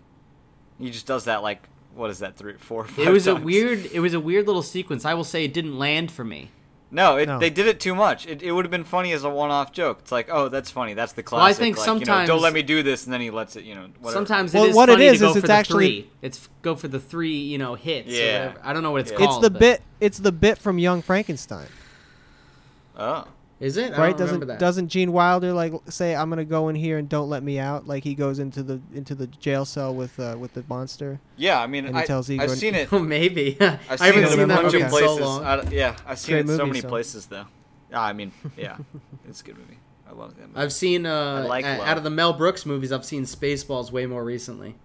Speaker 3: He just does that like what is that three, four, five
Speaker 2: It was a
Speaker 3: times.
Speaker 2: weird it was a weird little sequence. I will say it didn't land for me.
Speaker 3: No, it,
Speaker 1: No.
Speaker 3: they did it too much. It, it would have been funny as a one-off joke. It's like, oh, that's funny. That's the
Speaker 2: Well, I
Speaker 3: classic.
Speaker 2: think
Speaker 3: like,
Speaker 2: sometimes-
Speaker 3: you know, don't let me do this, and then he lets it. You know, whatever.
Speaker 2: Sometimes
Speaker 1: Well,
Speaker 2: it is
Speaker 1: what it
Speaker 2: funny
Speaker 1: is,
Speaker 2: to go
Speaker 1: is
Speaker 2: for
Speaker 1: it's
Speaker 2: the
Speaker 1: actually-
Speaker 2: three. It's go for the three, you know, hits. or
Speaker 3: Yeah.
Speaker 2: whatever. I don't know what it's
Speaker 3: Yeah.
Speaker 2: called.
Speaker 1: It's the
Speaker 2: but-
Speaker 1: bit. It's the bit from Young Frankenstein,
Speaker 3: Oh,
Speaker 2: Is it?
Speaker 1: right?
Speaker 2: I don't remember
Speaker 1: Doesn't
Speaker 2: that.
Speaker 1: doesn't Gene Wilder like say, "I'm gonna go in here and don't let me out"? Like he goes into the into the jail cell with uh, with the monster.
Speaker 3: yeah. I mean,
Speaker 1: And he
Speaker 3: I,
Speaker 1: tells Igor-
Speaker 3: I've seen it.
Speaker 2: Oh, maybe.
Speaker 3: I've
Speaker 2: I
Speaker 3: seen
Speaker 2: haven't
Speaker 3: it
Speaker 2: seen
Speaker 3: in a
Speaker 2: that
Speaker 3: bunch
Speaker 2: movie
Speaker 3: of
Speaker 2: in
Speaker 3: places.
Speaker 2: so long.
Speaker 3: I, yeah, I've seen
Speaker 1: Great
Speaker 3: it
Speaker 1: movie,
Speaker 3: so many
Speaker 1: so.
Speaker 3: places though. Ah, I mean, yeah, it's a good movie. I love that movie.
Speaker 2: I've seen uh,
Speaker 3: I like
Speaker 2: a-
Speaker 3: Love.
Speaker 2: out of the Mel Brooks movies, I've seen Spaceballs way more recently.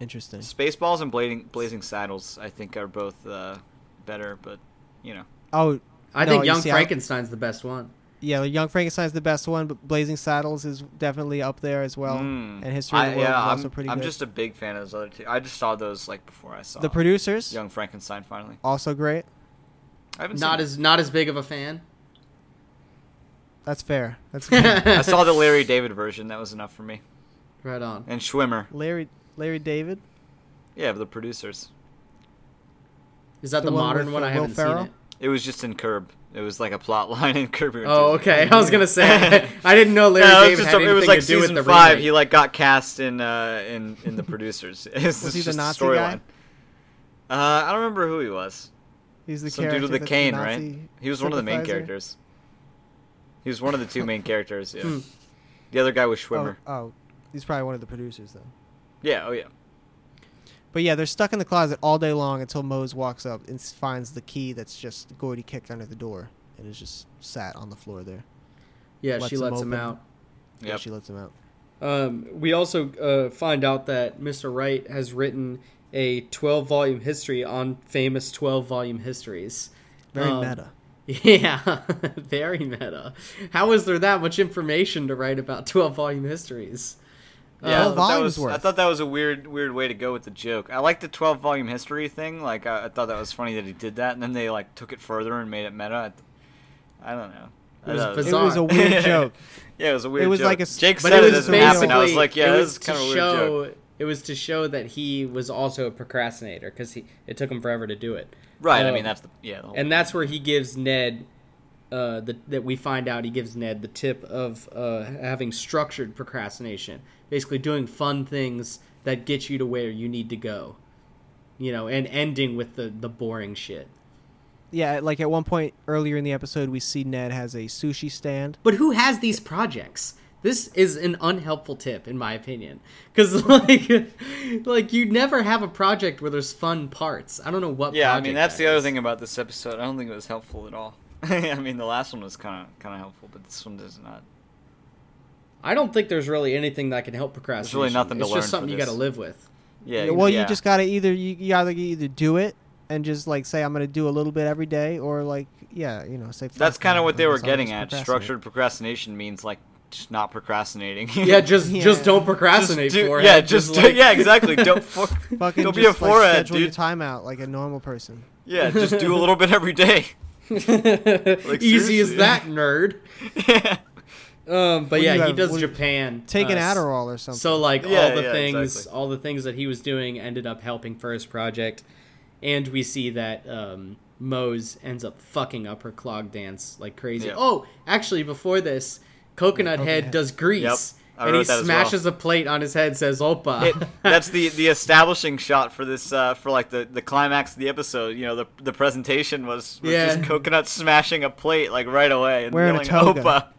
Speaker 1: Interesting.
Speaker 3: Spaceballs and Blazing, Blazing Saddles, I think, are both uh, better, but you know,
Speaker 1: Oh,
Speaker 2: I
Speaker 1: No,
Speaker 2: think
Speaker 1: you
Speaker 2: Young
Speaker 1: see, I-
Speaker 2: Frankenstein's the best one.
Speaker 1: Yeah, Young Frankenstein's the best one, but Blazing Saddles is definitely up there as well.
Speaker 3: Mm.
Speaker 1: And History of the
Speaker 3: I-
Speaker 1: World
Speaker 3: yeah,
Speaker 1: is also
Speaker 3: I'm,
Speaker 1: pretty
Speaker 3: I'm
Speaker 1: good.
Speaker 3: just a big fan of those other two. I just saw those like before I saw
Speaker 1: the producers
Speaker 3: Young Frankenstein. Finally,
Speaker 1: also great.
Speaker 3: I haven't
Speaker 2: Not
Speaker 3: seen it.
Speaker 2: as not as big of a fan.
Speaker 1: That's fair. That's good.
Speaker 3: I
Speaker 2: right
Speaker 3: saw the Larry David version. That was enough for me.
Speaker 2: on.
Speaker 3: And Schwimmer.
Speaker 1: Larry Larry David.
Speaker 3: Yeah, the producers.
Speaker 2: Is that the,
Speaker 1: The one
Speaker 2: modern
Speaker 1: with,
Speaker 2: one?
Speaker 1: uh,
Speaker 2: I
Speaker 1: Will
Speaker 2: haven't
Speaker 1: Ferrell?
Speaker 2: seen it.
Speaker 3: It was just in Curb. It was like a plot line in Curb. Your
Speaker 2: Oh,
Speaker 3: Enthusiasm.
Speaker 2: okay. I was gonna say I didn't know Larry
Speaker 3: Yeah, it was,
Speaker 2: David
Speaker 3: just
Speaker 2: had
Speaker 3: a- it
Speaker 2: anything
Speaker 3: was like
Speaker 2: to do with
Speaker 3: season
Speaker 2: the
Speaker 3: five.
Speaker 2: remake.
Speaker 3: He like got cast in uh, in in the producers. It's
Speaker 1: Was he
Speaker 3: just
Speaker 1: the
Speaker 3: a
Speaker 1: Nazi guy?
Speaker 3: storyline. Uh, I don't remember who he was.
Speaker 1: He's the
Speaker 3: Some
Speaker 1: character
Speaker 3: dude with a
Speaker 1: that's
Speaker 3: cane,
Speaker 1: Nazi
Speaker 3: right? He was one of the main
Speaker 1: sympathizer.
Speaker 3: characters. He was one of the two main characters. Yeah. the other guy was Schwimmer.
Speaker 1: Hmm. Oh, oh, he's probably one of the producers then.
Speaker 3: Yeah. Oh yeah.
Speaker 1: But yeah, they're stuck in the closet all day long until Mose walks up and s- finds the key that's just Gordy kicked under the door and is just sat on the floor there.
Speaker 2: yeah,
Speaker 1: lets
Speaker 2: she
Speaker 1: him
Speaker 2: lets him
Speaker 1: open.
Speaker 2: out.
Speaker 1: Yeah,
Speaker 3: Yep.
Speaker 1: she lets him out.
Speaker 2: Um, we also uh, find out that Mr. Wright has written a 12 volume history on famous 12 volume histories.
Speaker 1: Very
Speaker 2: Um,
Speaker 1: meta.
Speaker 2: Yeah, very meta. How is there that much information to write about 12 volume histories?
Speaker 1: Twelve
Speaker 3: Yeah, I thought that
Speaker 1: Oh, volumes
Speaker 3: was, I
Speaker 1: worth.
Speaker 3: thought that was a weird, weird way to go with the joke. I like the twelve volume history thing. Like, I, I thought that was funny that he did that, and then they like took it further and made it meta. I, th- I don't know. I
Speaker 2: was
Speaker 3: thought
Speaker 1: It was a weird joke.
Speaker 3: yeah, it was a weird.
Speaker 1: It was
Speaker 3: joke.
Speaker 1: like a s-
Speaker 3: Jake
Speaker 1: But it
Speaker 3: said it,
Speaker 1: was
Speaker 3: doesn't happen. I was
Speaker 1: basically-
Speaker 3: like, yeah,
Speaker 2: it
Speaker 3: this
Speaker 2: was
Speaker 3: is kind
Speaker 2: to
Speaker 3: of a weird
Speaker 2: show,
Speaker 3: joke.
Speaker 2: It was to show that he was also a procrastinator because he it took him forever to do it.
Speaker 3: Right. I
Speaker 2: Uh,
Speaker 3: mean, that's the yeah. The whole,
Speaker 2: and that's where he gives Ned. Uh, the, that we find out he gives Ned the tip of uh, having structured procrastination, basically doing fun things that get you to where you need to go, you know, and ending with the the boring shit.
Speaker 1: Yeah, like at one point earlier in the episode, we see Ned has a sushi stand.
Speaker 2: But who has these projects? This is an unhelpful tip, in my opinion, because like, like you never have a project where there's fun parts. I don't know what.
Speaker 3: yeah, I
Speaker 2: project
Speaker 3: mean, that's
Speaker 2: that
Speaker 3: the other
Speaker 2: is.
Speaker 3: thing about this episode. I don't think it was helpful at all. I mean, the last one was kind of kind of helpful, but this one does not.
Speaker 2: I don't think there's really anything that can help procrastination.
Speaker 3: nothing to
Speaker 2: It's
Speaker 3: learn
Speaker 2: just
Speaker 3: for
Speaker 2: something you
Speaker 3: this.
Speaker 2: got to live with.
Speaker 3: Yeah.
Speaker 1: well,
Speaker 3: yeah.
Speaker 1: you just gotta either you, you gotta either do it and just like say I'm gonna do a little bit every day, or like yeah, you know, say. fuck
Speaker 3: That's
Speaker 1: it,
Speaker 3: kind of what they
Speaker 1: I
Speaker 3: were
Speaker 1: guess I'll
Speaker 3: getting
Speaker 1: just
Speaker 3: at.
Speaker 1: procrastinate.
Speaker 3: Structured procrastination means like just not procrastinating.
Speaker 2: Yeah, just
Speaker 1: Yeah.
Speaker 2: just don't
Speaker 3: Just
Speaker 2: procrastinate
Speaker 3: do-
Speaker 2: for it.
Speaker 3: yeah, just, do-
Speaker 2: like-
Speaker 3: yeah, exactly. Don't fuck,
Speaker 1: Fucking
Speaker 3: don't
Speaker 1: just
Speaker 3: be a
Speaker 1: like,
Speaker 3: forehead,
Speaker 1: schedule your
Speaker 3: dude.
Speaker 1: time out like a normal person.
Speaker 3: Yeah, just do a little bit every day.
Speaker 2: easy as
Speaker 3: seriously.
Speaker 2: that, nerd.
Speaker 3: yeah,
Speaker 2: Um, but
Speaker 1: do
Speaker 2: yeah,
Speaker 1: you
Speaker 2: he
Speaker 1: have-
Speaker 2: does
Speaker 1: what do you-
Speaker 2: Japan.
Speaker 1: Take an
Speaker 2: uh, s-
Speaker 1: Adderall or something.
Speaker 2: So like all
Speaker 3: Yeah,
Speaker 2: the
Speaker 3: yeah,
Speaker 2: things,
Speaker 3: exactly.
Speaker 2: all the things that he was doing ended up helping for his project, and we see that um, Mose ends up fucking up her clog dance like crazy.
Speaker 3: Yeah.
Speaker 2: Oh, actually, before this, Coconut Head does grease,
Speaker 3: Yep, I
Speaker 2: and he
Speaker 3: wrote that as well.
Speaker 2: smashes a plate on his head, says "Opa."
Speaker 3: It- that's the the establishing shot for this uh, for like the, the climax of the episode. You know, the the presentation was, was
Speaker 2: Yeah.
Speaker 3: just coconut smashing a plate like right away and
Speaker 1: Wearing a
Speaker 3: yelling
Speaker 1: toga.
Speaker 3: "Opa."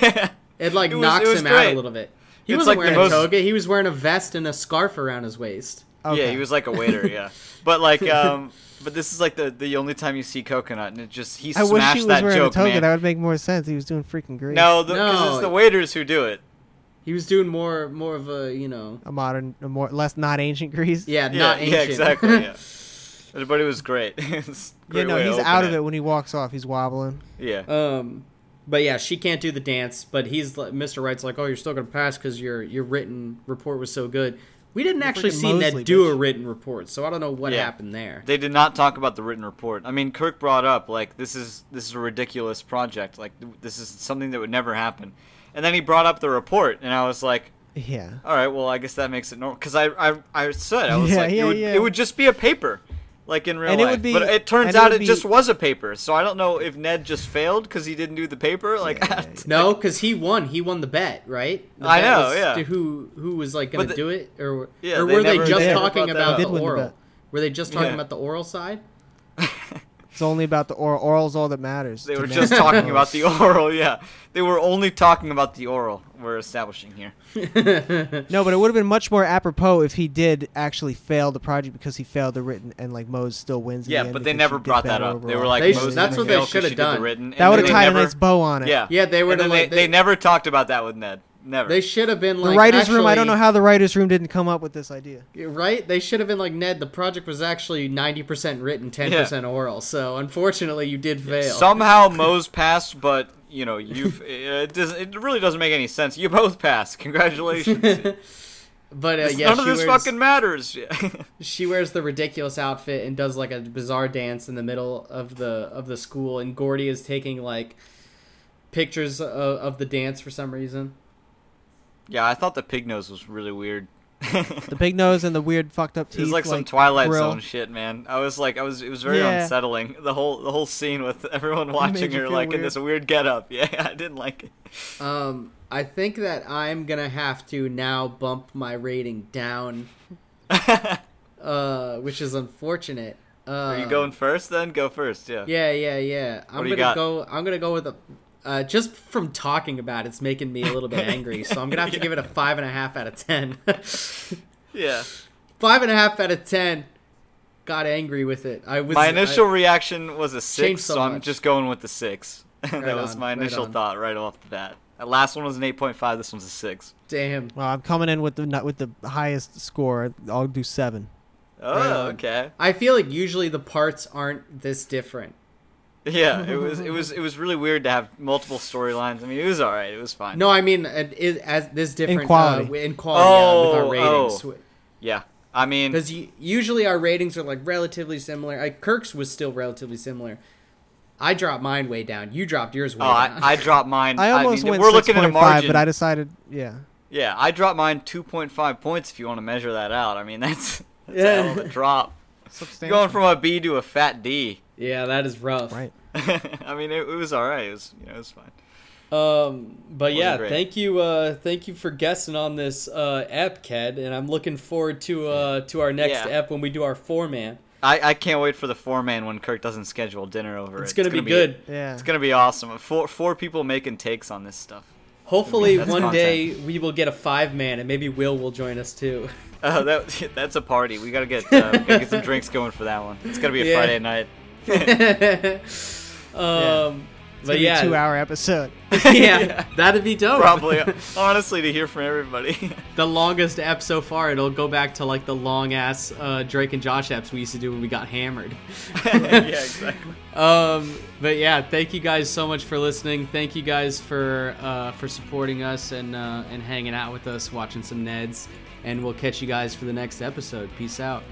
Speaker 3: yeah.
Speaker 2: It like
Speaker 3: It was-
Speaker 2: knocks
Speaker 3: it was
Speaker 2: him out
Speaker 3: great.
Speaker 2: a little bit. He
Speaker 3: It's
Speaker 2: wasn't
Speaker 3: like the
Speaker 2: wearing
Speaker 3: most-
Speaker 2: a toga. He was wearing a vest and a scarf around his waist.
Speaker 1: Okay.
Speaker 3: Yeah, he was like a waiter. Yeah, but like, um, but this is like the the only time you see coconut, and it just he
Speaker 1: I
Speaker 3: smashed
Speaker 1: wish he was
Speaker 3: that
Speaker 1: wearing
Speaker 3: joke,
Speaker 1: a toga.
Speaker 3: man.
Speaker 1: That would make more sense. He was doing freaking great.
Speaker 3: No, because
Speaker 2: No.
Speaker 3: it's the waiters who do it.
Speaker 2: He was doing more more of a you know
Speaker 1: a modern, a more less not ancient Greece.
Speaker 2: yeah,
Speaker 3: Yeah,
Speaker 2: not ancient.
Speaker 3: yeah, exactly. Yeah, but it was great. It's a
Speaker 1: Yeah,
Speaker 3: great
Speaker 1: no,
Speaker 3: way to
Speaker 1: he's
Speaker 3: open
Speaker 1: out of it when he walks off. He's wobbling.
Speaker 3: Yeah,
Speaker 2: um, but yeah, she can't do the dance. But he's li- Mr. Wright's like, oh, you're still gonna pass because your your written report was so good. We didn't actually
Speaker 1: freaking
Speaker 2: see
Speaker 1: Mosley,
Speaker 2: Ned do a
Speaker 1: bitch.
Speaker 2: written report, so I don't know what
Speaker 3: Yeah.
Speaker 2: happened there.
Speaker 3: they did not talk about the written report. I mean, Kirk brought up like this is this is a ridiculous project. Like th- this is something that would never happen. And then he brought up the report, and I was like,
Speaker 1: Yeah.
Speaker 3: All right, well, I guess that makes it normal because I, I I said I was
Speaker 1: Yeah,
Speaker 3: like
Speaker 1: yeah,
Speaker 3: it, would,
Speaker 1: yeah.
Speaker 3: it would just be a paper, like in real
Speaker 1: And it
Speaker 3: life.
Speaker 1: would be-
Speaker 3: but it turns
Speaker 1: and it
Speaker 3: out
Speaker 1: would
Speaker 3: it,
Speaker 1: be-
Speaker 3: just was a paper. So I don't know if Ned just failed because he didn't do the paper. Like,
Speaker 2: No, because he won. He won the bet, right? The
Speaker 3: I
Speaker 2: bet
Speaker 3: know,
Speaker 2: was
Speaker 3: yeah.
Speaker 2: to who who was like going to
Speaker 3: But the-
Speaker 2: do it, or
Speaker 3: Yeah,
Speaker 2: or
Speaker 3: they
Speaker 2: were they,
Speaker 3: never-
Speaker 2: just
Speaker 1: they never
Speaker 2: talking
Speaker 3: brought that
Speaker 2: about
Speaker 3: up.
Speaker 1: They
Speaker 2: the
Speaker 1: did win the
Speaker 2: oral?
Speaker 1: bet.
Speaker 2: were they just talking
Speaker 3: Yeah.
Speaker 2: about the oral side?
Speaker 1: It's only about the oral. Oral's all that matters.
Speaker 3: they
Speaker 1: to
Speaker 3: were
Speaker 1: men.
Speaker 3: just talking about the oral. Yeah, they were only talking about the oral. We're establishing here.
Speaker 1: No, but it would have been much more apropos if he did actually fail the project because he failed the written, and like Mose still wins. in the
Speaker 3: Yeah,
Speaker 1: end
Speaker 3: but they
Speaker 1: because
Speaker 3: never
Speaker 1: she did
Speaker 3: brought that
Speaker 1: better
Speaker 3: up. They
Speaker 1: overall.
Speaker 3: were like,
Speaker 2: They sh-
Speaker 3: Moses
Speaker 2: that's what they
Speaker 3: failed 'cause
Speaker 2: shoulda
Speaker 3: she did the
Speaker 2: done.
Speaker 3: written, and
Speaker 1: that would
Speaker 3: then
Speaker 1: have
Speaker 3: they
Speaker 1: tied
Speaker 3: never-
Speaker 1: a nice bow on it.
Speaker 3: Yeah,
Speaker 2: Yeah, they would've,
Speaker 3: And then they,
Speaker 2: like, they-
Speaker 3: they never talked about that with Ned. Never.
Speaker 2: They should have been
Speaker 1: The
Speaker 2: like
Speaker 1: writers'
Speaker 2: actually,
Speaker 1: room. I don't know how the writers' room didn't come up with this idea.
Speaker 2: Right? They should have been like Ned. The project was actually ninety percent written, ten percent oral. So unfortunately, you did fail.
Speaker 3: Somehow Moe's passed, but you know you've it, doesn't, it really doesn't make any sense. You both passed. Congratulations.
Speaker 2: but uh,
Speaker 3: It's-
Speaker 2: yeah,
Speaker 3: None
Speaker 2: she
Speaker 3: of this
Speaker 2: wears,
Speaker 3: fucking matters. Yeah.
Speaker 2: she wears the ridiculous outfit and does like a bizarre dance in the middle of the of the school. And Gordy is taking like pictures of, of the dance for some reason.
Speaker 3: yeah, I thought the pig nose was really weird.
Speaker 1: The
Speaker 3: it
Speaker 1: big nose and the weird fucked up teeth.
Speaker 3: was like, some Twilight
Speaker 1: grill.
Speaker 3: Zone shit, man. I was like, I was, it was very
Speaker 1: Yeah.
Speaker 3: unsettling. The whole, the whole scene with everyone watching
Speaker 1: you
Speaker 3: her
Speaker 1: feel
Speaker 3: like in
Speaker 1: weird.
Speaker 3: this weird getup. Yeah, I didn't like it.
Speaker 2: Um, I think that I'm gonna have to now bump my rating down, uh, which is unfortunate. Uh,
Speaker 3: Are you going first? Then go first. Yeah.
Speaker 2: Yeah, yeah, yeah. I'm gonna
Speaker 3: do you got?
Speaker 2: go. I'm gonna go with a. Uh, just from talking about it, it's making me a little bit angry, so I'm gonna have to give it a five and a half out of ten.
Speaker 3: Yeah.
Speaker 2: five and a half out of ten. Got angry with it. I was
Speaker 3: My initial
Speaker 2: I-
Speaker 3: reaction was a
Speaker 2: Changed
Speaker 3: six,
Speaker 2: so
Speaker 3: so, I'm
Speaker 2: much.
Speaker 3: just going with the six. that
Speaker 2: Right
Speaker 3: was
Speaker 2: on,
Speaker 3: my
Speaker 2: right
Speaker 3: initial
Speaker 2: on.
Speaker 3: thought right off the bat. That last one was an eight point five. This one's a six.
Speaker 2: damn.
Speaker 1: Well, I'm coming in with the not with the highest score. I'll do seven.
Speaker 3: Oh,
Speaker 2: Right on.
Speaker 3: okay.
Speaker 2: I feel like usually the parts aren't this different.
Speaker 3: Yeah, it was it was it was really weird to have multiple storylines. I mean, it was all right. It was fine.
Speaker 2: No, I mean it, it, as this different
Speaker 1: quality.
Speaker 2: uh, w- in quality uh,
Speaker 3: Oh,
Speaker 2: with our ratings.
Speaker 3: oh. Yeah, I mean,
Speaker 2: Because usually our ratings are like relatively similar. Like Kirk's was still relatively similar. I dropped mine way down. You dropped yours way
Speaker 3: oh, I,
Speaker 2: down.
Speaker 3: I dropped mine.
Speaker 1: I almost
Speaker 3: mean,
Speaker 1: went
Speaker 3: we're
Speaker 1: six
Speaker 3: looking at a
Speaker 1: point five,
Speaker 3: margin.
Speaker 1: but I decided, yeah,
Speaker 3: yeah, I dropped mine two point five points. If you want to measure that out, I mean that's, that's
Speaker 2: Yeah.
Speaker 3: a hell of a drop.
Speaker 1: substantial.
Speaker 3: Going from a B to a fat D.
Speaker 2: yeah, that is rough.
Speaker 1: right.
Speaker 3: I mean, it, it was all right. It was you know it was fine.
Speaker 2: Um, but
Speaker 3: Wasn't
Speaker 2: yeah,
Speaker 3: great.
Speaker 2: thank you, uh, thank you for guessing on this uh, ep, Ked, and I'm looking forward to uh, to our next
Speaker 3: Yeah.
Speaker 2: ep when we do our four man.
Speaker 3: I, I can't wait for the four man when Kirk doesn't schedule dinner over.
Speaker 2: It's gonna be good.
Speaker 1: Yeah.
Speaker 3: It's gonna be awesome. Four four people making takes on this stuff.
Speaker 2: Hopefully,
Speaker 3: That's
Speaker 2: one
Speaker 3: content.
Speaker 2: day we will get a five man, and maybe Will will join us too.
Speaker 3: Oh, that that's a party. We gotta get uh, we gotta get some drinks going for that one. It's gonna be a
Speaker 2: Yeah.
Speaker 3: Friday night.
Speaker 2: um,
Speaker 1: It's gonna
Speaker 2: but
Speaker 1: be
Speaker 2: yeah,
Speaker 1: a two-hour episode.
Speaker 2: yeah, that'd be dope.
Speaker 3: Probably honestly to hear from everybody.
Speaker 2: the longest ep so far. It'll go back to like the long ass uh, Drake and Josh eps we used to do when we got hammered.
Speaker 3: yeah, exactly.
Speaker 2: um, but yeah, thank you guys so much for listening. Thank you guys for uh, for supporting us and uh, and hanging out with us, watching some Neds, and we'll catch you guys for the next episode. Peace out.